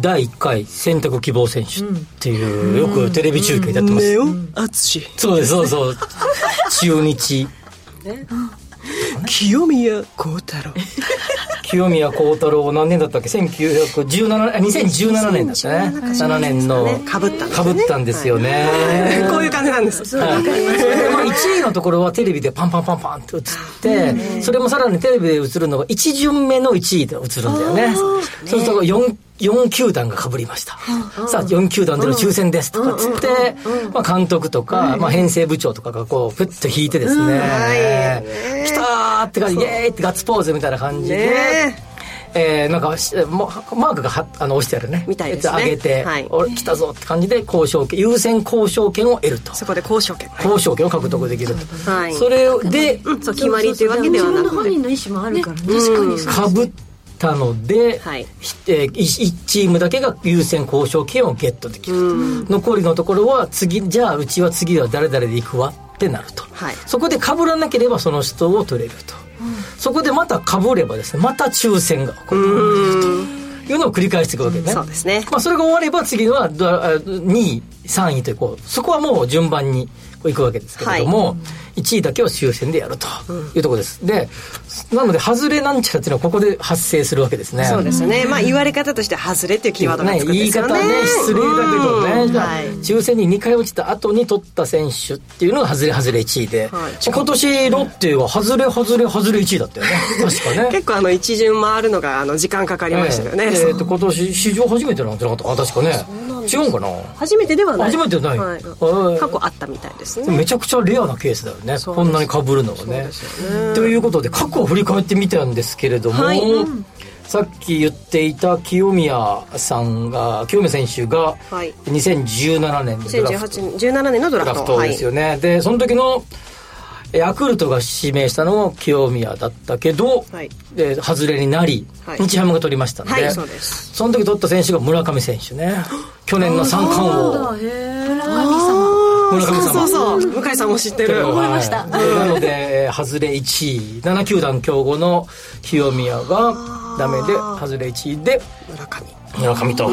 Speaker 2: 第1回選択希望選手っていう、よくテレビ中継でやってます、
Speaker 4: ネオ淳
Speaker 2: そうですそうそう中日
Speaker 4: 清宮幸太郎
Speaker 2: 清宮幸太郎何年だったっけ1917あ2017年だったね7年の
Speaker 4: かぶった
Speaker 2: かぶったんですよね、
Speaker 4: こういう感じなんです。
Speaker 2: はいそれでまあ1位のところはテレビでパンパンパンパンって映って、それもさらにテレビで映るのが1巡目の1位で映るんだよねそうすると 4, 4球団がかぶりました、さあ4球団での抽選ですとかっつって、まあ、監督とか、まあ、編成部長とかがこうプッと引いてですね、来たーって感じイエーイってガッツポーズみたいな感じで。
Speaker 4: ね
Speaker 2: えーなんかしもうマークがはあの押してあるねみた
Speaker 4: いですね
Speaker 2: 上げて、
Speaker 4: はい
Speaker 2: 俺来たぞって感じで交渉権優先交渉権を得るとそ
Speaker 4: こで交渉権
Speaker 2: 交渉権を獲得できると、
Speaker 4: はい
Speaker 2: それをで
Speaker 4: うんそう決まりというわけではなくて
Speaker 3: 自分の本人の意思もあるからね
Speaker 2: かぶったので、ひえー、1チームだけが優先交渉権をゲットできると、残りのところは次じゃあうちは次は誰々で行くわってなると、そこでかぶらなければその人を取れると、そこでまたかぶればですねまた抽選が起こるというのを繰り返していくわけね、そう
Speaker 4: ですね、
Speaker 2: まあ、それが終われば次はどあ2位3位とこうそこはもう順番にこういくわけですけれども、1位だけを抽選でやるというところですでなので外れなんちゃらっていうのはここで発生するわけですね
Speaker 4: そうですよね。まあ言われ方として外れっていうキーワードがつくん
Speaker 2: 言
Speaker 4: で
Speaker 2: い
Speaker 4: すよ
Speaker 2: 方
Speaker 4: ね。
Speaker 2: ね失礼だけどね、
Speaker 4: うん
Speaker 2: じゃあ抽選に2回落ちた後に取った選手っていうのが外れ外れ1位で、今年ロッテは外れ外れ外れ1位だったよね確かね
Speaker 4: 結構あの一巡回るのがあの時間かかりましたよね。
Speaker 2: えええっと今年史上初めてなんじゃなかったあ確かね違うかな
Speaker 4: 初めてではない。
Speaker 2: 初めてじゃない
Speaker 4: は
Speaker 2: はい
Speaker 4: 過去あったみたいですね。
Speaker 2: めちゃくちゃレアなケースだよねこんなに被るのはねということで過去を振り返ってみたんですけれども、、
Speaker 4: はいうん
Speaker 2: さっき言っていた清宮さんが清宮選手が
Speaker 4: はい。
Speaker 2: 2017年のドラフト
Speaker 4: 2018年17年のドラフト
Speaker 2: ですよね、でその時のえヤクルトが指名したのも清宮だったけど、
Speaker 4: はい
Speaker 2: え外れになり、
Speaker 4: はい
Speaker 2: 日ハムが取りましたので,、
Speaker 4: はいそうです
Speaker 2: その時取った選手が村上選手ね去年の三冠王
Speaker 3: そうだへー
Speaker 2: 村上様
Speaker 4: そうそうそう向井さんも知ってる
Speaker 2: はいなのでえー外れ1位7球団競合の清宮がダメで外れ1位で村上村上と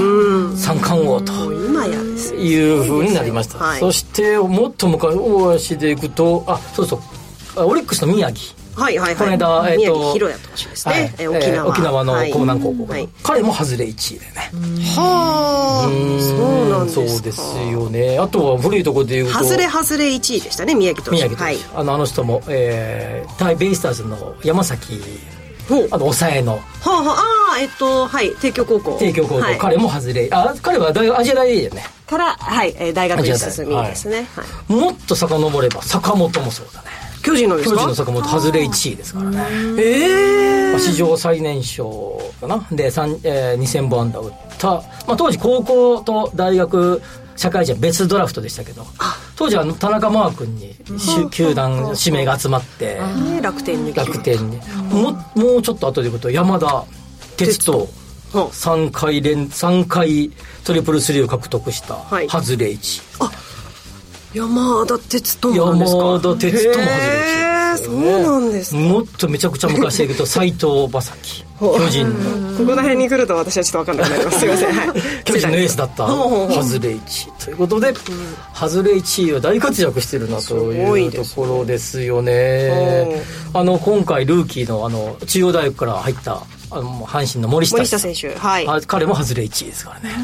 Speaker 2: 三冠王と
Speaker 4: 今やですね
Speaker 2: いう風になりました、
Speaker 4: はい
Speaker 2: そしてもっと昔大足でいくとあそうそうあオリックスの宮城
Speaker 4: はいはいは
Speaker 2: こ
Speaker 4: い
Speaker 2: の間、えっ
Speaker 4: 宮
Speaker 2: と
Speaker 4: 城弘也投手ですね、
Speaker 2: はい
Speaker 4: えー沖
Speaker 2: えー
Speaker 4: 縄
Speaker 2: 沖縄の
Speaker 4: はい
Speaker 2: 江南高校、
Speaker 4: はい
Speaker 2: 彼も外れ1位でね
Speaker 4: はあそうなんです
Speaker 2: そうですよねあとは古いところでいうと
Speaker 4: 外れ外れ1位でしたね宮城投手
Speaker 2: 宮城投手、
Speaker 4: はい
Speaker 2: あのあの人も、えー、対ベイスターズの山崎あの抑えの
Speaker 4: はあはああーえっとはい帝京高校
Speaker 2: 帝京高校、
Speaker 4: はい
Speaker 2: 彼も外れあ彼は大アジア大でよね
Speaker 4: からはいえー大学
Speaker 2: アジ
Speaker 4: に
Speaker 2: ア大
Speaker 4: 進みですねはい
Speaker 2: もっと遡れば坂本もそうだね
Speaker 4: 巨人のですか
Speaker 2: 巨人の坂本外れ1位ですからね
Speaker 4: え
Speaker 2: まあ史上最年少かなで、三えー、2000本安打打った、まあ、当時高校と大学社会人は別ドラフトでしたけど当時はあの田中マー君にしゅ球団指名が集まって
Speaker 4: ね楽天に
Speaker 2: 楽天にももうちょっと後でいくと山田哲人3回連三回トリプルスリーを獲得した
Speaker 4: い
Speaker 2: 外れ1、
Speaker 4: 山田哲人もなんですか
Speaker 2: 山田哲人も外れ1
Speaker 4: へーそうなんです
Speaker 2: もっとめちゃくちゃ昔でいく と斎藤正樹巨人の
Speaker 4: ここら辺に来ると私はちょっとわかんなくなりますすいませんはい
Speaker 2: 巨人のエースだった
Speaker 4: ほうほうほう
Speaker 2: ハズレ1位ということで、ハズレ1位は大活躍してるなと
Speaker 4: ご
Speaker 2: い
Speaker 4: いう
Speaker 2: ところですよね。あの今回ルーキーのあの中央大学から入ったあの阪神の森下
Speaker 4: 森下選手はい
Speaker 2: あ彼もハズレ1位ですからね。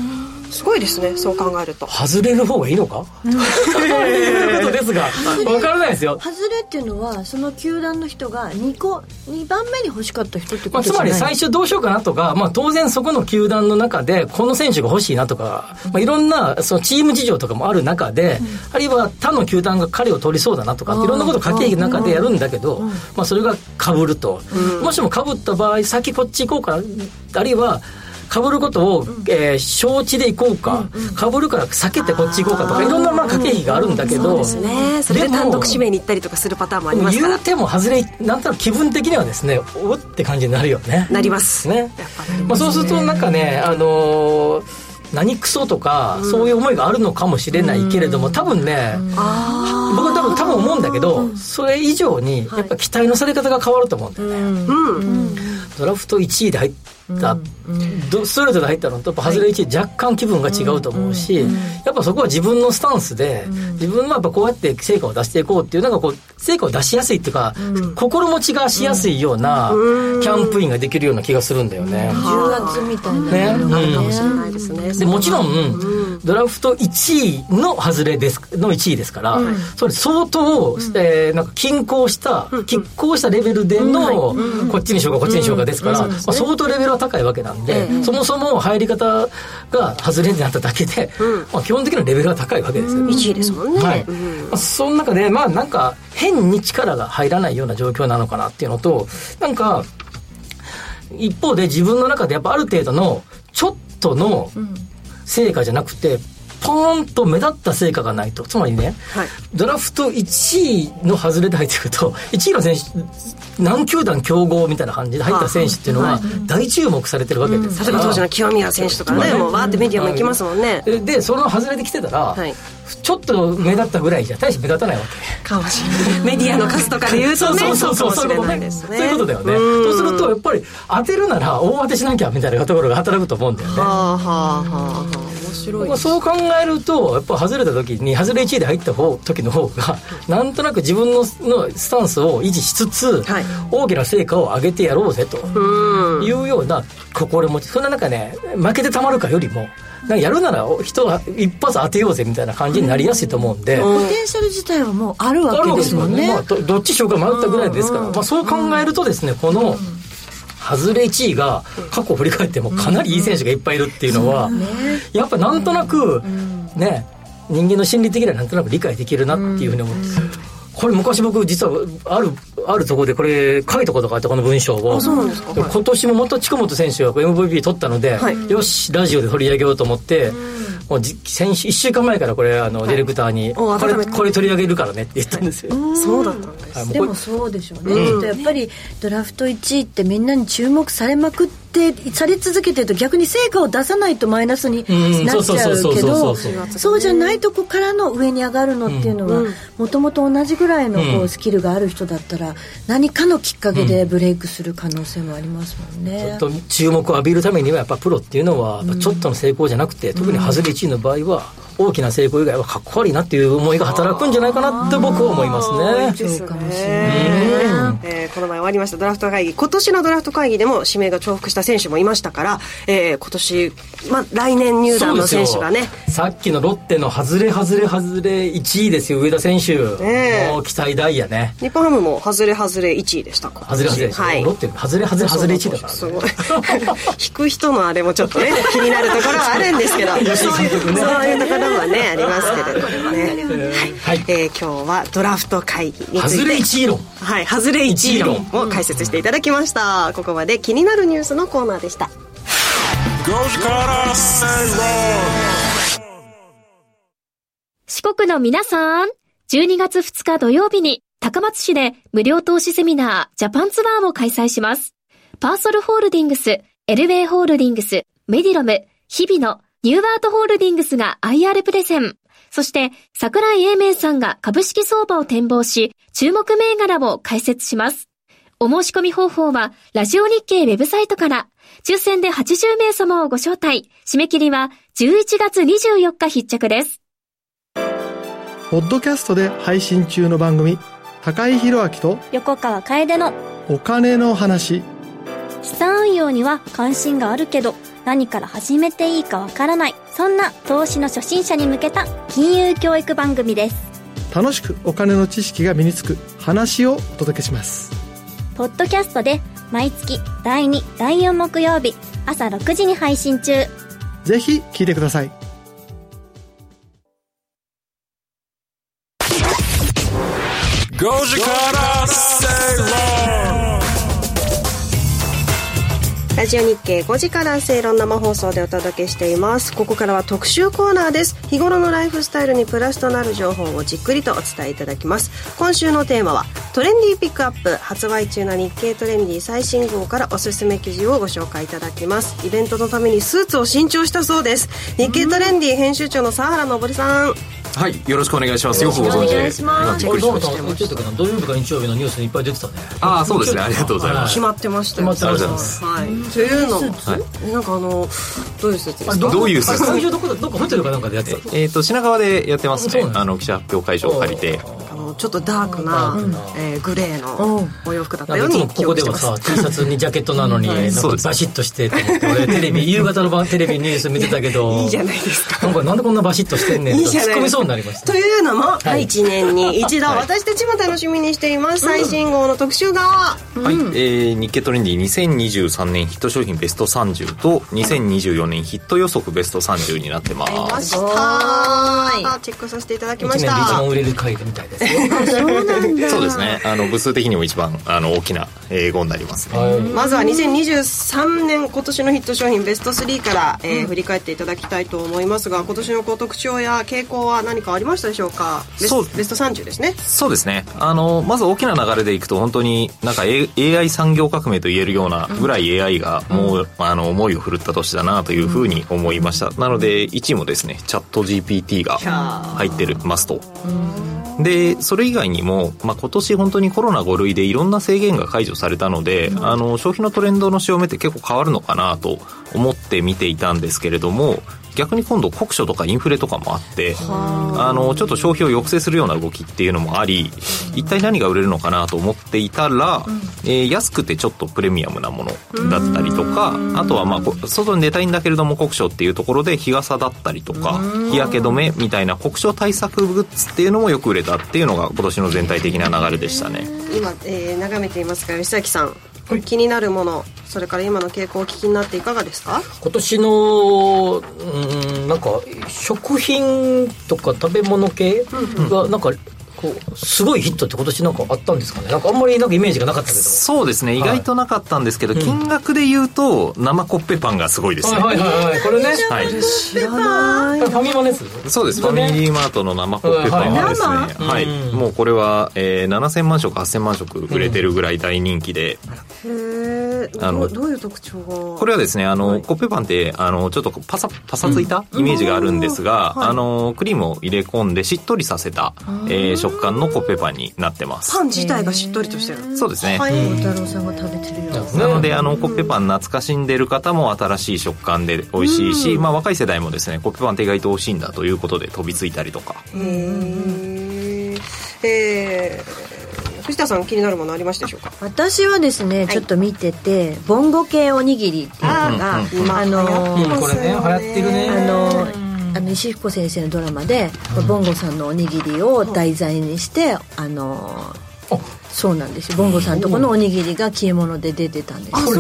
Speaker 4: すごいですねそう考えると
Speaker 2: 外れる方がいいのか、 ということ ですが分からないですよ
Speaker 3: 外れっていうのはその球団の人が2個2番目に欲しかった人って
Speaker 2: ま
Speaker 3: こ
Speaker 2: あ、
Speaker 3: とじ
Speaker 2: つ
Speaker 3: ゃな
Speaker 2: ま
Speaker 3: い
Speaker 2: り最初どうしようかなとか、まあ、当然そこの球団の中でこの選手が欲しいなとか、まあ、いろんなそのチーム事情とかもある中で、あるいは他の球団が彼を取りそうだなとかいろんなことを駆け引きの中でやるんだけど、まあ、それがかぶると、もしもかぶった場合先こっち行こうかあるいはかぶることを、えー承知で行こうかかぶるから避けてこっち行こうかとかいろんなまあ駆け引きがあるんだけど、
Speaker 4: そうですねそれで
Speaker 2: でも
Speaker 4: 単独指名に行ったりとかするパターンもありますか
Speaker 2: 言う
Speaker 4: ら
Speaker 2: ても外れなんとなく気分的にはですねおって感じになるよね
Speaker 4: なります
Speaker 2: ねまあ、そうするとなんかねあのー何クソとか、そういう思いがあるのかもしれないけれども、多分ね、僕は多分多分思うんだけど、それ以上にやっぱ期待のされ方が変わると思うんだよね、ドラフト1位で入った、どストレートで入ったのとやっぱ外れ1位、若干気分が違うと思うし、やっぱそこは自分のスタンスで、自分はやっぱこうやって成果を出していこうっていうのがこう成果を出しやすいっていうか、心持ちがしやすいような、キャンプインができるような気がするんだよね。
Speaker 3: 重圧みたいな
Speaker 2: ね、
Speaker 4: あるかも
Speaker 2: う
Speaker 4: しれないですね
Speaker 2: ん、でもちろん、ドラフト1位の外れですの1位ですから、それ相当、えーなんか均衡した、拮抗したレベルでの、こっちにしようかこっちにしようかですから、まあ、相当レベルは高いわけなんで、そもそも入り方が外れになっただけで、まあ、基本的なレベルは高いわけですよ、
Speaker 4: 1位ですもんね、
Speaker 2: はい、まあその中でまあなんか変に力が入らないような状況なのかなっていうのとなんか一方で自分の中でやっぱある程度のちょっとの成果じゃなくて、ポーンと目立った成果がないとつまりね、
Speaker 4: はい
Speaker 2: ドラフト1位の外れで入っていくと1位の選手何球団競合みたいな感じで入った選手っていうのは大注目されてるわけです
Speaker 4: 例えば当時の清宮選手とかね、
Speaker 2: うん
Speaker 4: もうわーってメディアも行きますもんね、
Speaker 2: ででその外れてきてたら、
Speaker 4: はい
Speaker 2: ちょっと目立ったぐらいじゃ大して目立たないわけ
Speaker 4: かもしれないメディアの数とかで言うとねそうかもしれないですね
Speaker 2: そういうことだよねそうするとやっぱり当てるなら大当てしなきゃみたいなところが働くと思うんだよね
Speaker 4: はあはあはあはあ面白い
Speaker 2: まあそう考えるとやっぱ外れた時に外れ1位で入った方時の方がなんとなく自分ののスタンスを維持しつつ、
Speaker 4: はい
Speaker 2: 大きな成果を上げてやろうぜと
Speaker 4: うん
Speaker 2: いうような心持ちそんな中ね負けてたまるかよりもなんかやるなら人は一発当てようぜみたいな感じになりやすいと思うんで、
Speaker 3: ポテンシャル自体はもうあるわけですもんね
Speaker 2: まあ、どどっちしようか迷ったぐらいですから、まあ、そう考えるとですね、この、外れ1位が過去を振り返ってもかなりいい選手がいっぱいいるっていうのは、やっぱなんとなく、ね、人間の心理的にはなんとなく理解できるなっていうふうに思って、これ昔僕実はある、あるところでこれ書いたことがあって、この文章を。
Speaker 4: そうなんですか
Speaker 2: で今年もまた近本選手が MVP 取ったので、
Speaker 4: はい
Speaker 2: よし、ラジオで取り上げようと思って、もうじ先週、1週間前からこれ、あの、ディレクターに、
Speaker 4: お
Speaker 2: こ
Speaker 4: 改め
Speaker 2: れ、
Speaker 4: て
Speaker 2: これ取り上げるからねって言ったんですよ。
Speaker 4: そうだったんです
Speaker 2: はいもう
Speaker 3: で
Speaker 2: これ
Speaker 3: もそうでしょうね、ちょっとやっぱりドラフト1位ってみんなに注目されまくってされ続けてると逆に成果を出さないとマイナスに
Speaker 2: うん
Speaker 3: なっちゃう
Speaker 2: そうそうそう
Speaker 3: け
Speaker 2: そう
Speaker 3: ど
Speaker 2: そうそう
Speaker 3: そうじゃないとこからの上に上がるのっていうのはもともと同じぐらいのこ
Speaker 2: う
Speaker 3: うんスキルがある人だったら何かのきっかけでブレイクする可能性もありますもんね。
Speaker 2: と注目を浴びるためにはやっぱプロっていうのはやっぱちょっとの成功じゃなくて、特に外れ1位の場合は大きな成功以外はかっこ悪いなっていう思いが働くんじゃないかなって僕は思いますね。
Speaker 4: そうかもしれない、えーこの前終わりましたドラフト会議今年のドラフト会議でも指名が重複した選手もいましたから、えー今年、まあ、来年入団の選手がね
Speaker 2: さっきのロッテの外れ外れ外れ1位ですよ上田選手、
Speaker 4: ねえ
Speaker 2: もう期待大やね
Speaker 4: 日本ハムも外れ外れ1位でした
Speaker 2: 外れ外れでしょ、
Speaker 4: はい
Speaker 2: ロッテ外れ外れ外れ1位だから、ね、
Speaker 4: すごい 引く人のあれもちょっとね気になるところはあるんで すけどそういうそういうところはねありますけれどもね、
Speaker 2: はい、
Speaker 4: えー今日はドラフト会議につ
Speaker 2: 外れ
Speaker 4: いて
Speaker 2: 1位論
Speaker 4: はい、外れ1位論を解説していただきましたここまで気になるニュースのコーナーでした
Speaker 6: 四国の皆さん、12月2日土曜日に高松市で無料投資セミナージャパンツアーを開催します。パーソルホールディングス、エルウェイホールディングス、メディロム、日々のニューアートホールディングスが IR プレゼン。そして、桜井英明さんが株式相場を展望し、注目銘柄を解説します。お申し込み方法は、ラジオ日経ウェブサイトから、抽選で80名様をご招待。締め切りは11月24日必着です。
Speaker 12: ポッドキャストで配信中の番組、高井博明と
Speaker 13: 横川楓の
Speaker 12: お金の話、
Speaker 13: 資産運用には関心があるけど何から始めていいかわからないそんな投資の初心者に向けた金融教育番組です
Speaker 12: 楽しくお金の知識が身につく話をお届けします
Speaker 13: ポッドキャストで毎月第2第4木曜日朝6時に配信中
Speaker 12: ぜひ聞いてください
Speaker 1: 5時から
Speaker 4: ラジオ日経5時から正論生放送でお届けしていますここからは特集コーナーです日頃のライフスタイルにプラスとなる情報をじっくりとお伝えいただきます今週のテーマはトレンディーピックアップ発売中の日経トレンディー最新号からおすすめ記事をご紹介いただきますイベントのためにスーツを新調したそうです日経トレンディー編集長の沢原昇さん
Speaker 14: はい、よろしくお願いします。よくご存知
Speaker 4: お願
Speaker 14: で。
Speaker 4: いします
Speaker 14: びっくりしま
Speaker 2: あどうもどうも言ってたかな土曜日か日曜日のニュースにいっぱい出てたね
Speaker 14: ああ、そうですね。ありがとうございます。
Speaker 4: 決まってましたよ
Speaker 14: 決まってました
Speaker 4: はい、というのも
Speaker 14: はい
Speaker 4: なんかあのどういうスーツですか
Speaker 14: どういうスーツ
Speaker 2: 会場どこだどこホテルかなんかでやってた
Speaker 14: えっと、品川でやってます
Speaker 2: そう
Speaker 14: ね
Speaker 2: なん。
Speaker 14: あの、記者発表会場を借りて。
Speaker 4: あのちょっとダークな、えーグレーのお洋服だったよう
Speaker 2: いつも
Speaker 4: に
Speaker 2: こ
Speaker 4: 記
Speaker 2: こ
Speaker 4: 憶
Speaker 2: で
Speaker 4: して
Speaker 2: は
Speaker 4: ます
Speaker 2: さ T シャツにジャケットなの に、
Speaker 4: はい
Speaker 2: なん
Speaker 4: そう
Speaker 2: か
Speaker 4: です
Speaker 2: バシッとしてと思って俺テレビ夕方の晩テレビニュース見てたけどいいじゃ
Speaker 4: ないですか
Speaker 2: なんかなんでこんなバシッとしてんねん
Speaker 4: いい
Speaker 2: と
Speaker 4: じ
Speaker 2: 突
Speaker 4: ゃ
Speaker 2: っ
Speaker 4: ない
Speaker 2: 込みそうになりました
Speaker 4: というのも、
Speaker 2: はい
Speaker 4: 一年に一度
Speaker 14: はい
Speaker 4: 私たちも楽しみにしています、最新号の特集が、
Speaker 14: はい、えー日経トレンディ2023年ヒット商品ベスト30と2024年ヒット予測ベスト30になってま。
Speaker 4: ますしたはいチェックさせていただきました
Speaker 2: 売れる回みたいです
Speaker 14: そうですね。あの、部数的にも一番、あの、大きな英語になりますね。
Speaker 4: まずは2023年今年のヒット商品ベスト3から、えー振り返っていただきたいと思いますが今年のこう特徴や傾向は何かありましたでしょうかベス
Speaker 14: そう
Speaker 4: ベスト30ですね
Speaker 14: そうですね。あの、まず大きな流れでいくと、本当になんか、A、AI 産業革命と言えるようなぐらい AI がもう、あの、思いを振るった年だなというふうに思いました。なので、1位もですね、チャット GPT が入ってるますと。で、それ以外にも、まあ、今年本当にコロナ5類でいろんな制限が解除されたので、あの、消費のトレンドの潮目って結構変わるのかなと思って見ていたんですけれども、逆に今度酷暑とかインフレとかもあって、あの、ちょっと消費を抑制するような動きっていうのもあり、一体何が売れるのかなと思っていたら、えー安くてちょっとプレミアムなものだったりとか、あとはまあ、こ外に出たいんだけれども酷暑っていうところで日傘だったりとか、日焼け止めみたいな酷暑対策グッズっていうのもよく売れたっていうのが今年の全体的な流れでしたね。
Speaker 4: 今、えー眺めていますが吉崎さん、気になるものそれから今の傾向をお聞きになっていかがですか
Speaker 2: 今年のうーんなんか食品とか食べ物系がなんかこうすごいヒットって今年なんかあったんですかねなんかあんまりなんかイメージがなかったけど
Speaker 14: そうですね、意外となかったんですけど、金額で言うと生コッペパンがすごいですね。
Speaker 2: はいはいはいこれね
Speaker 14: はい
Speaker 2: 知らないファミマのやつ
Speaker 14: そうです。ファミリーマートの生コッペパンはですね、はい、もうこれは、えー、7000万食、8000万食売れてるぐらい大人気で、
Speaker 4: へ
Speaker 14: あの
Speaker 4: どういう特徴が
Speaker 14: これはですね、あの、コッペパンって、あの、ちょっとパサ、パサついたイメージがあるんですが、
Speaker 4: うんはい
Speaker 14: あの、クリームを入れ込んでしっとりさせた、えー食感のコッペパンになってます。
Speaker 4: パン自体がしっとりとしてる
Speaker 14: そうですね
Speaker 4: はい
Speaker 14: うん
Speaker 4: 太郎
Speaker 3: さんが食べてるよ
Speaker 14: なのであのコッペパン懐かしんでる方も新しい食感で美味しいし、まあ、若い世代もですねコッペパンって意外と美味しいんだということで飛びついたりとか
Speaker 4: へええー藤田さん気になるものありましたでしょうか
Speaker 3: 私はですね、ちょっと見ててボンゴ系おにぎりっていうのが、
Speaker 2: うんうんうん
Speaker 3: あの
Speaker 2: うんこれね流行ってるね
Speaker 3: あのあの石彦先生のドラマで、ボンゴさんのおにぎりを題材にして、あのそうなんですよボンゴさんとこのおにぎりが消え物で出てたんです
Speaker 2: あそう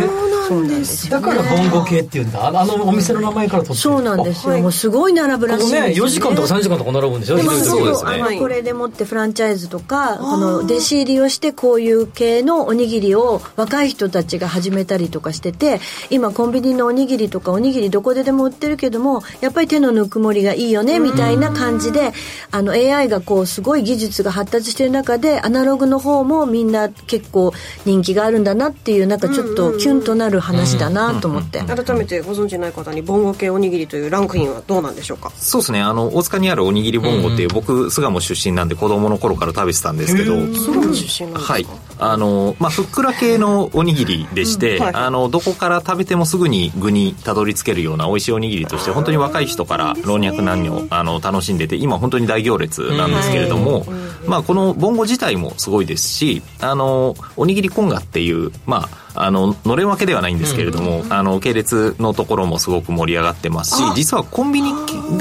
Speaker 3: そうなんですよ
Speaker 2: だからボンゴ系っていうんだあのあのお店の名前から取ってそうなん
Speaker 3: ですよもうすごい並ぶらしいんですよね
Speaker 2: ここね4時間とか3時間とか並ぶんでしょ
Speaker 3: でも
Speaker 2: ひどい時
Speaker 3: そう
Speaker 2: は
Speaker 3: あのこれでもってフランチャイズとかこの弟子入りをしてこういう系のおにぎりを若い人たちが始めたりとかしてて今コンビニのおにぎりとかおにぎりどこででも売ってるけどもやっぱり手のぬくもりがいいよねみたいな感じであの AI がこうすごい技術が発達してる中でアナログの方もみんな結構人気があるんだなっていうなんかちょっとキュンとなる話だなと思って。
Speaker 4: 改めてご存知ない方にボンゴ系おにぎりというランクインはどうなんでしょうか
Speaker 14: そうですねあの大塚にあるおにぎりボンゴっていう、僕巣鴨出身なんで子供の頃から食べてたんですけど
Speaker 4: その出身なんですか
Speaker 14: はいあのまあ、ふっくら系のおにぎりでして、
Speaker 4: うんはい
Speaker 14: あのどこから食べてもすぐに具にたどり着けるような美味しいおにぎりとして本当に若い人から老若男女あの楽しんでて今本当に大行列なんですけれども、まあ、このボンゴ自体もすごいですし、あの、おにぎりコンガっていう、まあ、あの、のれん分けではないんですけれども、あの、系列のところもすごく盛り上がってますし、実はコンビニ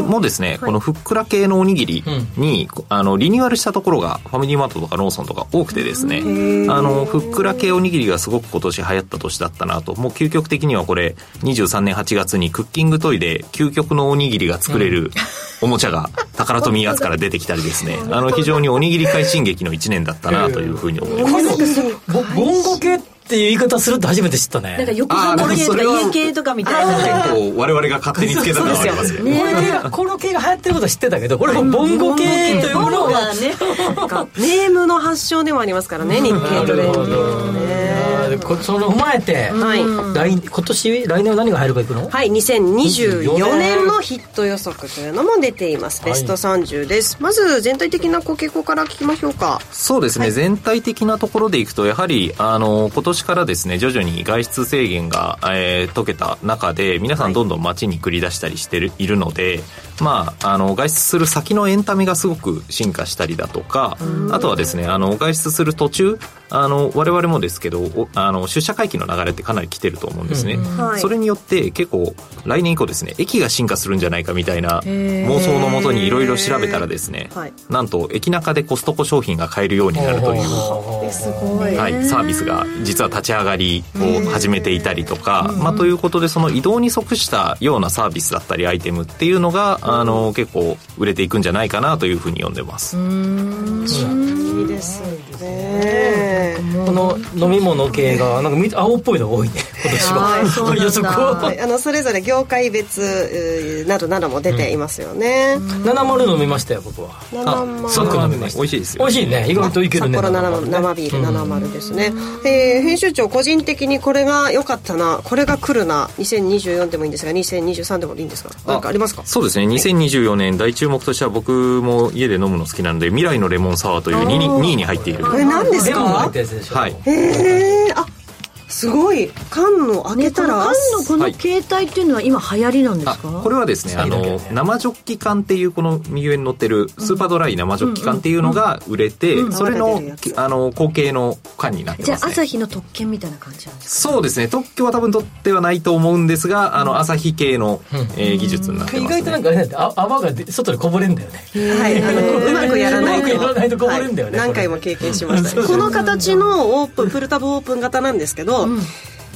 Speaker 14: もですね、このふっくら系のおにぎりに、あの、リニューアルしたところが、ファミリーマートとかローソンとか多くてですね、あの、ふっくら系おにぎりがすごく今年流行った年だったなと、もう究極的にはこれ、23年8月にクッキングトイで究極のおにぎりが作れる、おもちゃが宝富やつから出てきたりですね、あの非常におにぎり快進撃の1年だったなというふうに思います。
Speaker 2: ボボンゴ系っていう言い方するって初めて知ったね。
Speaker 3: なんか横浜系とか家系とかみたいな。
Speaker 14: 結構我々が勝手につけたのはありますよね。
Speaker 2: この系が、この系が流行ってることは知ってたけど、これもボンゴ系というもの
Speaker 4: がね、なんかネームの発祥でもありますからね、日系トレンド
Speaker 2: ね。こその踏まえて、はい、今年来年は何が入るかいくの
Speaker 4: はい2024年のヒット予測というのも出ていますベスト30です、まず全体的なご傾向から聞きましょうか
Speaker 14: そうですね、全体的なところでいくとやはりあの今年からですね徐々に外出制限が、えー、解けた中で皆さんどんどん街に繰り出したりしてる、い、るので、まあ、あの外出する先のエンタメがすごく進化したりだとかあとはですねあの外出する途中あの我々もですけどあの出社会期の流れってかなり来てると思うんですね、それによって結構来年以降ですね駅が進化するんじゃないかみたいな妄想のもとにいろいろ調べたらですね、はい、なんと駅中でコストコ商品が買えるようになるという
Speaker 4: すごい、
Speaker 14: はい、サービスが実は立ち上がりを始めていたりとか、まあ、ということでその移動に即したようなサービスだったりアイテムっていうのがあの結構売れていくんじゃないかなというふうに読んでます。
Speaker 4: いいですね
Speaker 2: この飲み物系がなんか青っぽいのが多いね今年は、
Speaker 4: そう予測はあのそれぞれ業界別などなども出ていますよね、うん
Speaker 2: 70飲みましたよ僕は
Speaker 14: あサッ飲みました美味しいですよ
Speaker 2: 美味しいね意外といけるね
Speaker 4: 札幌生ビール70ですね、うえ編集長個人的にこれが良かったなこれが来るな2024でもいいんですが2023でもいいんですが何かありますか
Speaker 14: そうですね2024年大注目としては僕も家で飲むの好きなので未来のレモンサワーという 2, 位に入っている
Speaker 4: これ何ですか
Speaker 14: はい
Speaker 4: へえあすごい缶の開けたら、
Speaker 3: 缶のこの携帯っていうのは今流行りなんですか、
Speaker 14: これはですねあの生ジョッキ缶っていうこの右上に載ってるスーパードライ生ジョッキ缶っていうのが売れて、それのあの後継の缶になってます、
Speaker 3: じゃあ朝日の特権みたいな感じなんですか
Speaker 14: そうですね特許は多分取ってはないと思うんですがあの朝日系の、え技術になって
Speaker 2: ます、意外となんかあれなんて泡が外にこぼれんだよね
Speaker 4: はいあのうまくやらないと
Speaker 2: うまくやらないとこぼれんだよね、
Speaker 4: 何回も経験しましたこの形のオープンプルタブオープン型なんですけどうん、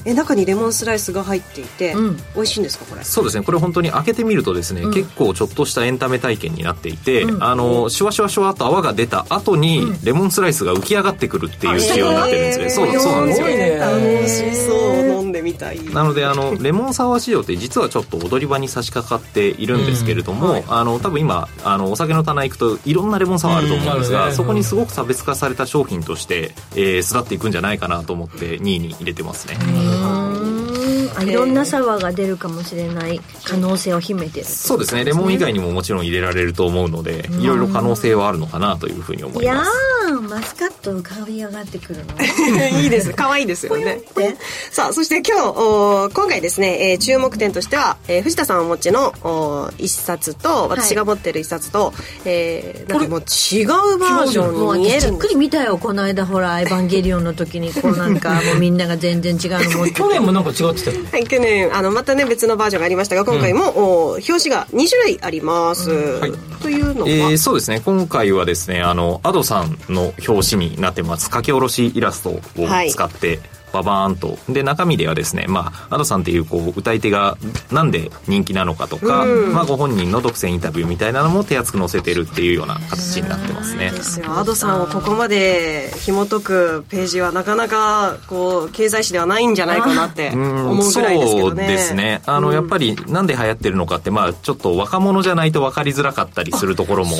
Speaker 4: え中にレモンスライスが入っていて、うん、美味しいんですかこれ
Speaker 14: そうですねこれ本当に開けてみるとですね、うん、結構ちょっとしたエンタメ体験になっていて、うん、あのシュワシュワシュワと泡が出た後にレモンスライスが浮き上がってくるっていう仕様になってるんですね、えー、そうそうなんですよ
Speaker 4: 楽しそう飲んでみたい
Speaker 14: なのであのレモンサワー市場って実はちょっと踊り場に差し掛かっているんですけれども、はい、あの多分今あのお酒の棚行くといろんなレモンサワーあると思うんですが、そこにすごく差別化された商品として、えー、育っていくんじゃないかなと思って2位に入れてますね、
Speaker 3: あいろんなサワーが出るかもしれない可能性を秘めてる、ね、
Speaker 14: そうですねレモン以外にももちろん入れられると思うので、うん、いろいろ可能性はあるのかなというふうに思います
Speaker 3: いやマスカット浮かび上がってくるの
Speaker 4: いいです可愛いですよねさあそして今日今回ですね、えー、注目点としては、えー、藤田さんお持ちのお一冊と私が持ってる一冊と、はい、えー、なんかもう違うバージョンに見える
Speaker 3: じっくり見たよこの間ほら「エヴァンゲリオン」の時にこうなんかもうみんなが全然違うの持って
Speaker 2: 去年もなんか違ってたよ
Speaker 4: はい、去年あのまたね別のバージョンがありましたが今回も、うん、お表紙が2種類あります、うんはい、というのは、え
Speaker 14: ー、そうですね今回はですねあの Ado さんの表紙になってます書き下ろしイラストを使って、はいババーンとで中身ではですね、まあ、Ado さんっていうこう歌い手がなんで人気なのかとか、うん、まあ、ご本人の独占インタビューみたいなのも手厚く載せてるっていうような形になってますね。
Speaker 4: ですよ Ado さんをここまで紐解くページはなかなかこう経済誌ではないんじゃないかなって思うぐらいですけどね。
Speaker 14: そうですねあの、うん、やっぱりなんで流行ってるのかって、まあ、ちょっと若者じゃないと分かりづらかったりするところも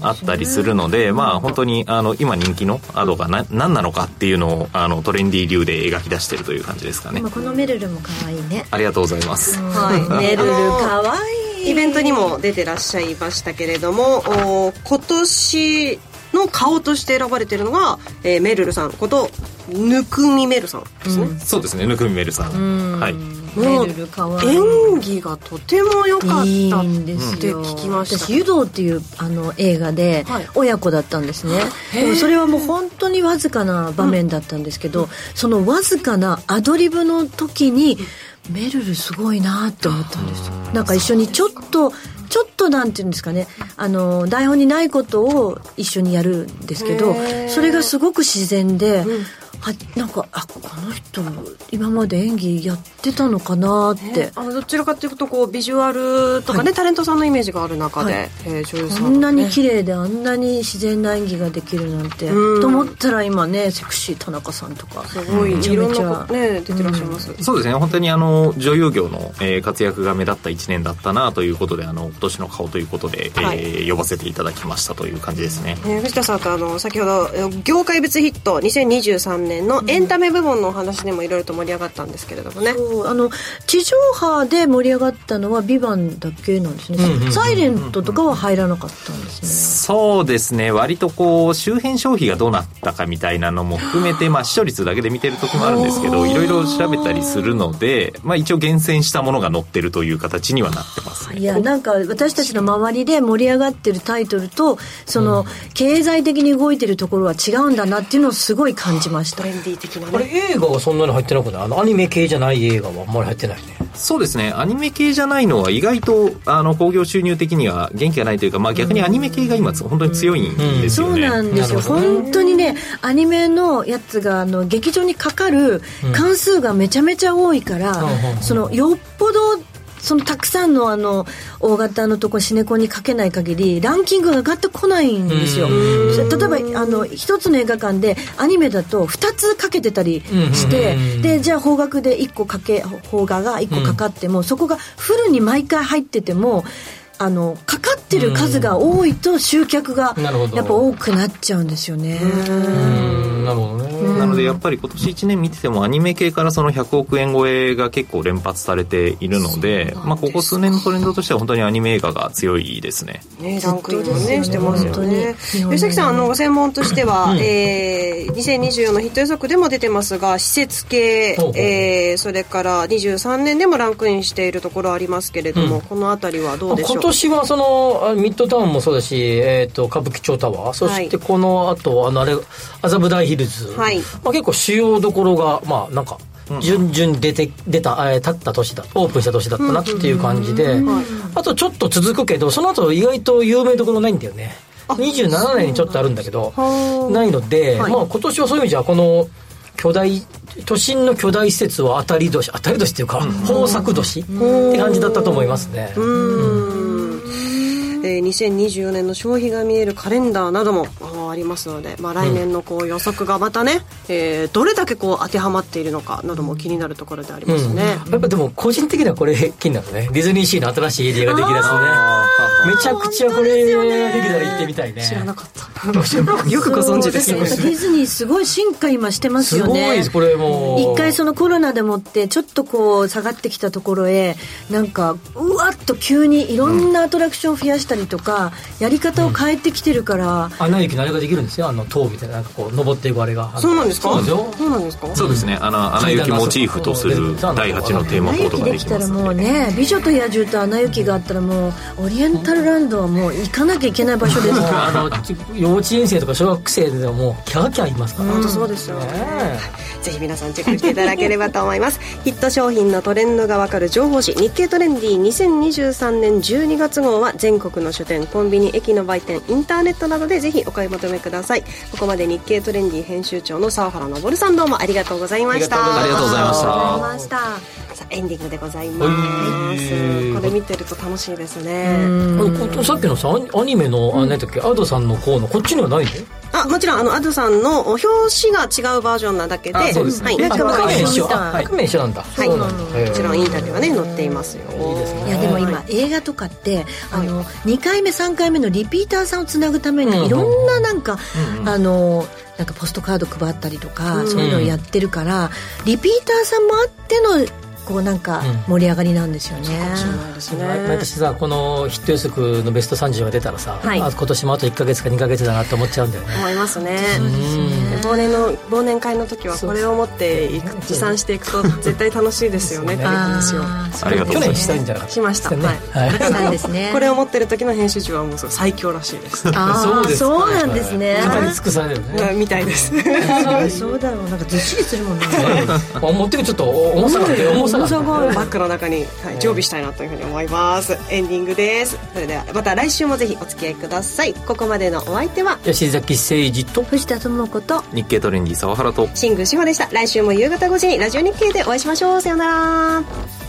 Speaker 14: あったりするので、ね、まあ、本当にあの今人気の Ado がな何なのかっていうのをあのトレンディー流で描き出してるという感じですかね。
Speaker 3: このメルルも可愛いね。
Speaker 14: ありがとうございます。
Speaker 3: はい、メルル可愛い。
Speaker 4: イベントにも出てらっしゃいましたけれども、お今年のの顔として選ばれているのが、えー、メルルさんことぬくみメルさんですね、
Speaker 14: そうですねぬくみメルさんはい
Speaker 4: もう
Speaker 3: ルル可愛い
Speaker 4: 演技がとても良かったって
Speaker 3: いいんですよ
Speaker 4: 聞きました
Speaker 3: 私「湯道」っていうあの映画で親子だったんですね、
Speaker 4: へー
Speaker 3: でもそれはもう本当にわずかな場面だったんですけど、そのわずかなアドリブの時にめるるすごいなって思ったんですよなんか一緒にちょっとちょっとなんていうんですかねあの台本にないことを一緒にやるんですけど
Speaker 4: へー
Speaker 3: それがすごく自然で、はなんかあこの人今まで演技やってたのかなって、
Speaker 4: あのどちらかというとこうビジュアルとかね、タレントさんのイメージがある中で、えー女優さん
Speaker 3: こんなに綺麗であんなに自然な演技ができるなんて
Speaker 4: うん
Speaker 3: と思ったら今ねセクシー田中さんとかす
Speaker 4: ごい
Speaker 3: めちゃめち
Speaker 4: いろんな
Speaker 3: ゃ
Speaker 4: こね出てらっしゃいます、
Speaker 14: そうですね本当にあの女優業の、えー活躍が目立った1年だったなということであの今年の顔ということで、えー
Speaker 4: はい
Speaker 14: 呼ばせていただきましたという感じですね、
Speaker 4: えー藤田さんとあの先ほどえー業界別ヒット2023年のエンタメ部門のお話でもいろいろと盛り上がったんですけれどもね、
Speaker 3: そうあの地上波で盛り上がったのは「ビバンだけなんですね
Speaker 14: うんうんうんうん
Speaker 3: 「サイレントとかは入らなかったんですね
Speaker 14: そうですね割とこう周辺消費がどうなったかみたいなのも含めて、まあ、視聴率だけで見てる時もあるんですけどいろいろ調べたりするので、まあ、一応厳選したものが載ってるという形にはなってます
Speaker 3: いやなんか私たちの周りで盛り上がってるタイトルとその経済的に動いてるところは違うんだなっていうのをすごい感じましたトレ
Speaker 4: ンディ的な
Speaker 2: あれ映画はそんなに入ってなくないあのアニメ系じゃない映画はあんまり入ってないね
Speaker 14: そうですねアニメ系じゃないのは意外とあの興行収入的には元気がないというか、まあ、逆にアニメ系が今つ本当に強いんですよ
Speaker 3: そう
Speaker 14: ね、
Speaker 3: なんですよ本当にねアニメのやつがあの劇場にかかる関数がめちゃめちゃ多いから、そのよっぽどそのたくさんのあの大型のとこシネコンにかけない限りランキングが上がってこないんですよそれ例えばあの一つの映画館でアニメだと2つかけてたりしてでじゃあ邦楽で1個かけ邦画が1個かかっても、そこがフルに毎回入っててもあのかかってる数が多いと集客が
Speaker 14: なるほど
Speaker 3: やっぱ多くなっちゃうんですよね。
Speaker 14: なのでやっぱり今年1年見ててもアニメ系からその100億円超えが結構連発されているのでまあ、ここ数年のトレンドとしては本当にアニメ映画が強いですね
Speaker 4: ね、ランクインもねしてますよね
Speaker 3: 本当に
Speaker 4: 吉崎さんあのご専門としては、
Speaker 14: うん
Speaker 4: えー、2024のヒット予測でも出てますが施設系
Speaker 2: ほうほう、
Speaker 4: えー、それから23年でもランクインしているところありますけれども、
Speaker 2: うん
Speaker 4: この辺りはどうでしょう
Speaker 2: 今年はそのあミッドタウンもそうだし、えー、と歌舞伎町タワーそしてこの後あのあれ麻布台ヒルズ、
Speaker 4: はい
Speaker 2: まあ、結構主要どころがまあなんか順々出て出た、えー立った年だオープンした年だったなっていう感じで、あとちょっと続くけどその後意外と有名どころないんだよね27年にちょっとあるんだけどないので、まあ、今年はそういう意味じゃこの巨大都心の巨大施設は当たり年当たり年っていうか豊作年って感じだったと思いますね、
Speaker 4: えー、2024年の消費が見えるカレンダーなどもあーありますので、まあ、来年のこう予測がまたね、えーどれだけこう当てはまっているのかなども気になるところでありますね、
Speaker 2: うん、やっぱでも個人的にはこれ気になるねディズニーシーの新しいエリアができだすねめちゃくちゃこれできたら行ってみたいね知らなかった よくご存知です
Speaker 3: そうディズニーすごい進化今してます
Speaker 2: す
Speaker 3: よ
Speaker 2: ご
Speaker 3: ね
Speaker 2: いですこれもう
Speaker 3: 一回そのコロナでもってちょっとこう下がってきたところへなんかうわっと急にいろんなアトラクションを増やしたりとかやり方を変えてきてるから、
Speaker 2: 穴行きのあれができるんですよあの塔みたいななんかこう登っていくあれが
Speaker 3: そうなんですか
Speaker 2: そうなんですよ
Speaker 4: そうなんですか
Speaker 14: そうですねあのアナ雪モチーフとする第8のテーマ
Speaker 3: 穴
Speaker 14: コードが
Speaker 3: 雪で
Speaker 14: で
Speaker 3: き
Speaker 14: き
Speaker 3: た
Speaker 14: ま
Speaker 3: ら
Speaker 14: す
Speaker 3: もうね「美女と野獣」と「アナ雪」があったらもうオリエンタルランドはもう行かなきゃいけない場所です
Speaker 2: もう
Speaker 3: から
Speaker 2: あのち幼稚園生とか小学生でももうキャーキャーいますから、
Speaker 4: 本当そうですよねぜひ皆さんチェックしていただければと思います ヒット商品のトレンドがわかる情報誌日経トレンディ2023年12月号は全国の書店コンビニ駅の売店インターネットなどでぜひお買い求めくださいここまで日経トレンディ編集長の沢原昇さんどうもありがとうございました
Speaker 14: ありがとうございました
Speaker 4: ありがとうございましたさあエンディングでございますこれ見てると楽しいですね
Speaker 2: あのさっきのさアニメのあ何だっけアドさんのコーナーこっちにはないね
Speaker 4: あもちろんあのアドさんのお表紙が違うバージョンなだけで
Speaker 2: あそうですね
Speaker 4: はい、
Speaker 2: え
Speaker 4: 中は
Speaker 2: 画面一緒あ画面一緒なんだ
Speaker 4: はい、
Speaker 2: そうなんだへー
Speaker 4: もちろんインタビューはね載っていますよ。
Speaker 3: いやでも今映画とかってあの2回目3回目のリピーターさんをつなぐため
Speaker 4: うん
Speaker 3: にいろんななんか
Speaker 4: うんうん
Speaker 3: あのなんかポストカード配ったりと
Speaker 4: う
Speaker 3: か
Speaker 4: ん
Speaker 3: そういうのをやってるからリピーターさんもあってのこうなんか盛り上がりなんですよね、
Speaker 2: 毎年さこのヒット予測のベスト30が出たらさ、
Speaker 4: はい
Speaker 2: あ今年もあと1か月か2か月だなって思っちゃうんだよね
Speaker 4: 思いますね忘年の忘年会の時はこれを持っていく持参していくと絶対楽しいですよねっていう話を
Speaker 2: ありがとうございます去年したいんじゃなかった
Speaker 4: しましたはい
Speaker 2: はい
Speaker 3: したんですね
Speaker 4: これを持ってる時の編集長はもうそう最強らしいです
Speaker 3: あーそうですかそうなんですね
Speaker 2: 肩に尽くされるね
Speaker 4: みたいです
Speaker 3: そうそうだろうなんかずっしりするもんね
Speaker 2: あ持ってくちょっと重さがあって重さがあって
Speaker 4: バッグの中に、はい、常備したいなというふうに思いますエンディングですそれではまた来週もぜひお付き合いくださいここまでのお相手は
Speaker 2: 吉崎誠二と
Speaker 3: 藤田智子と
Speaker 14: 日経トレンディ沢原と
Speaker 4: 新宮志保でした来週も夕方5時にラジオ日経でお会いしましょうさようなら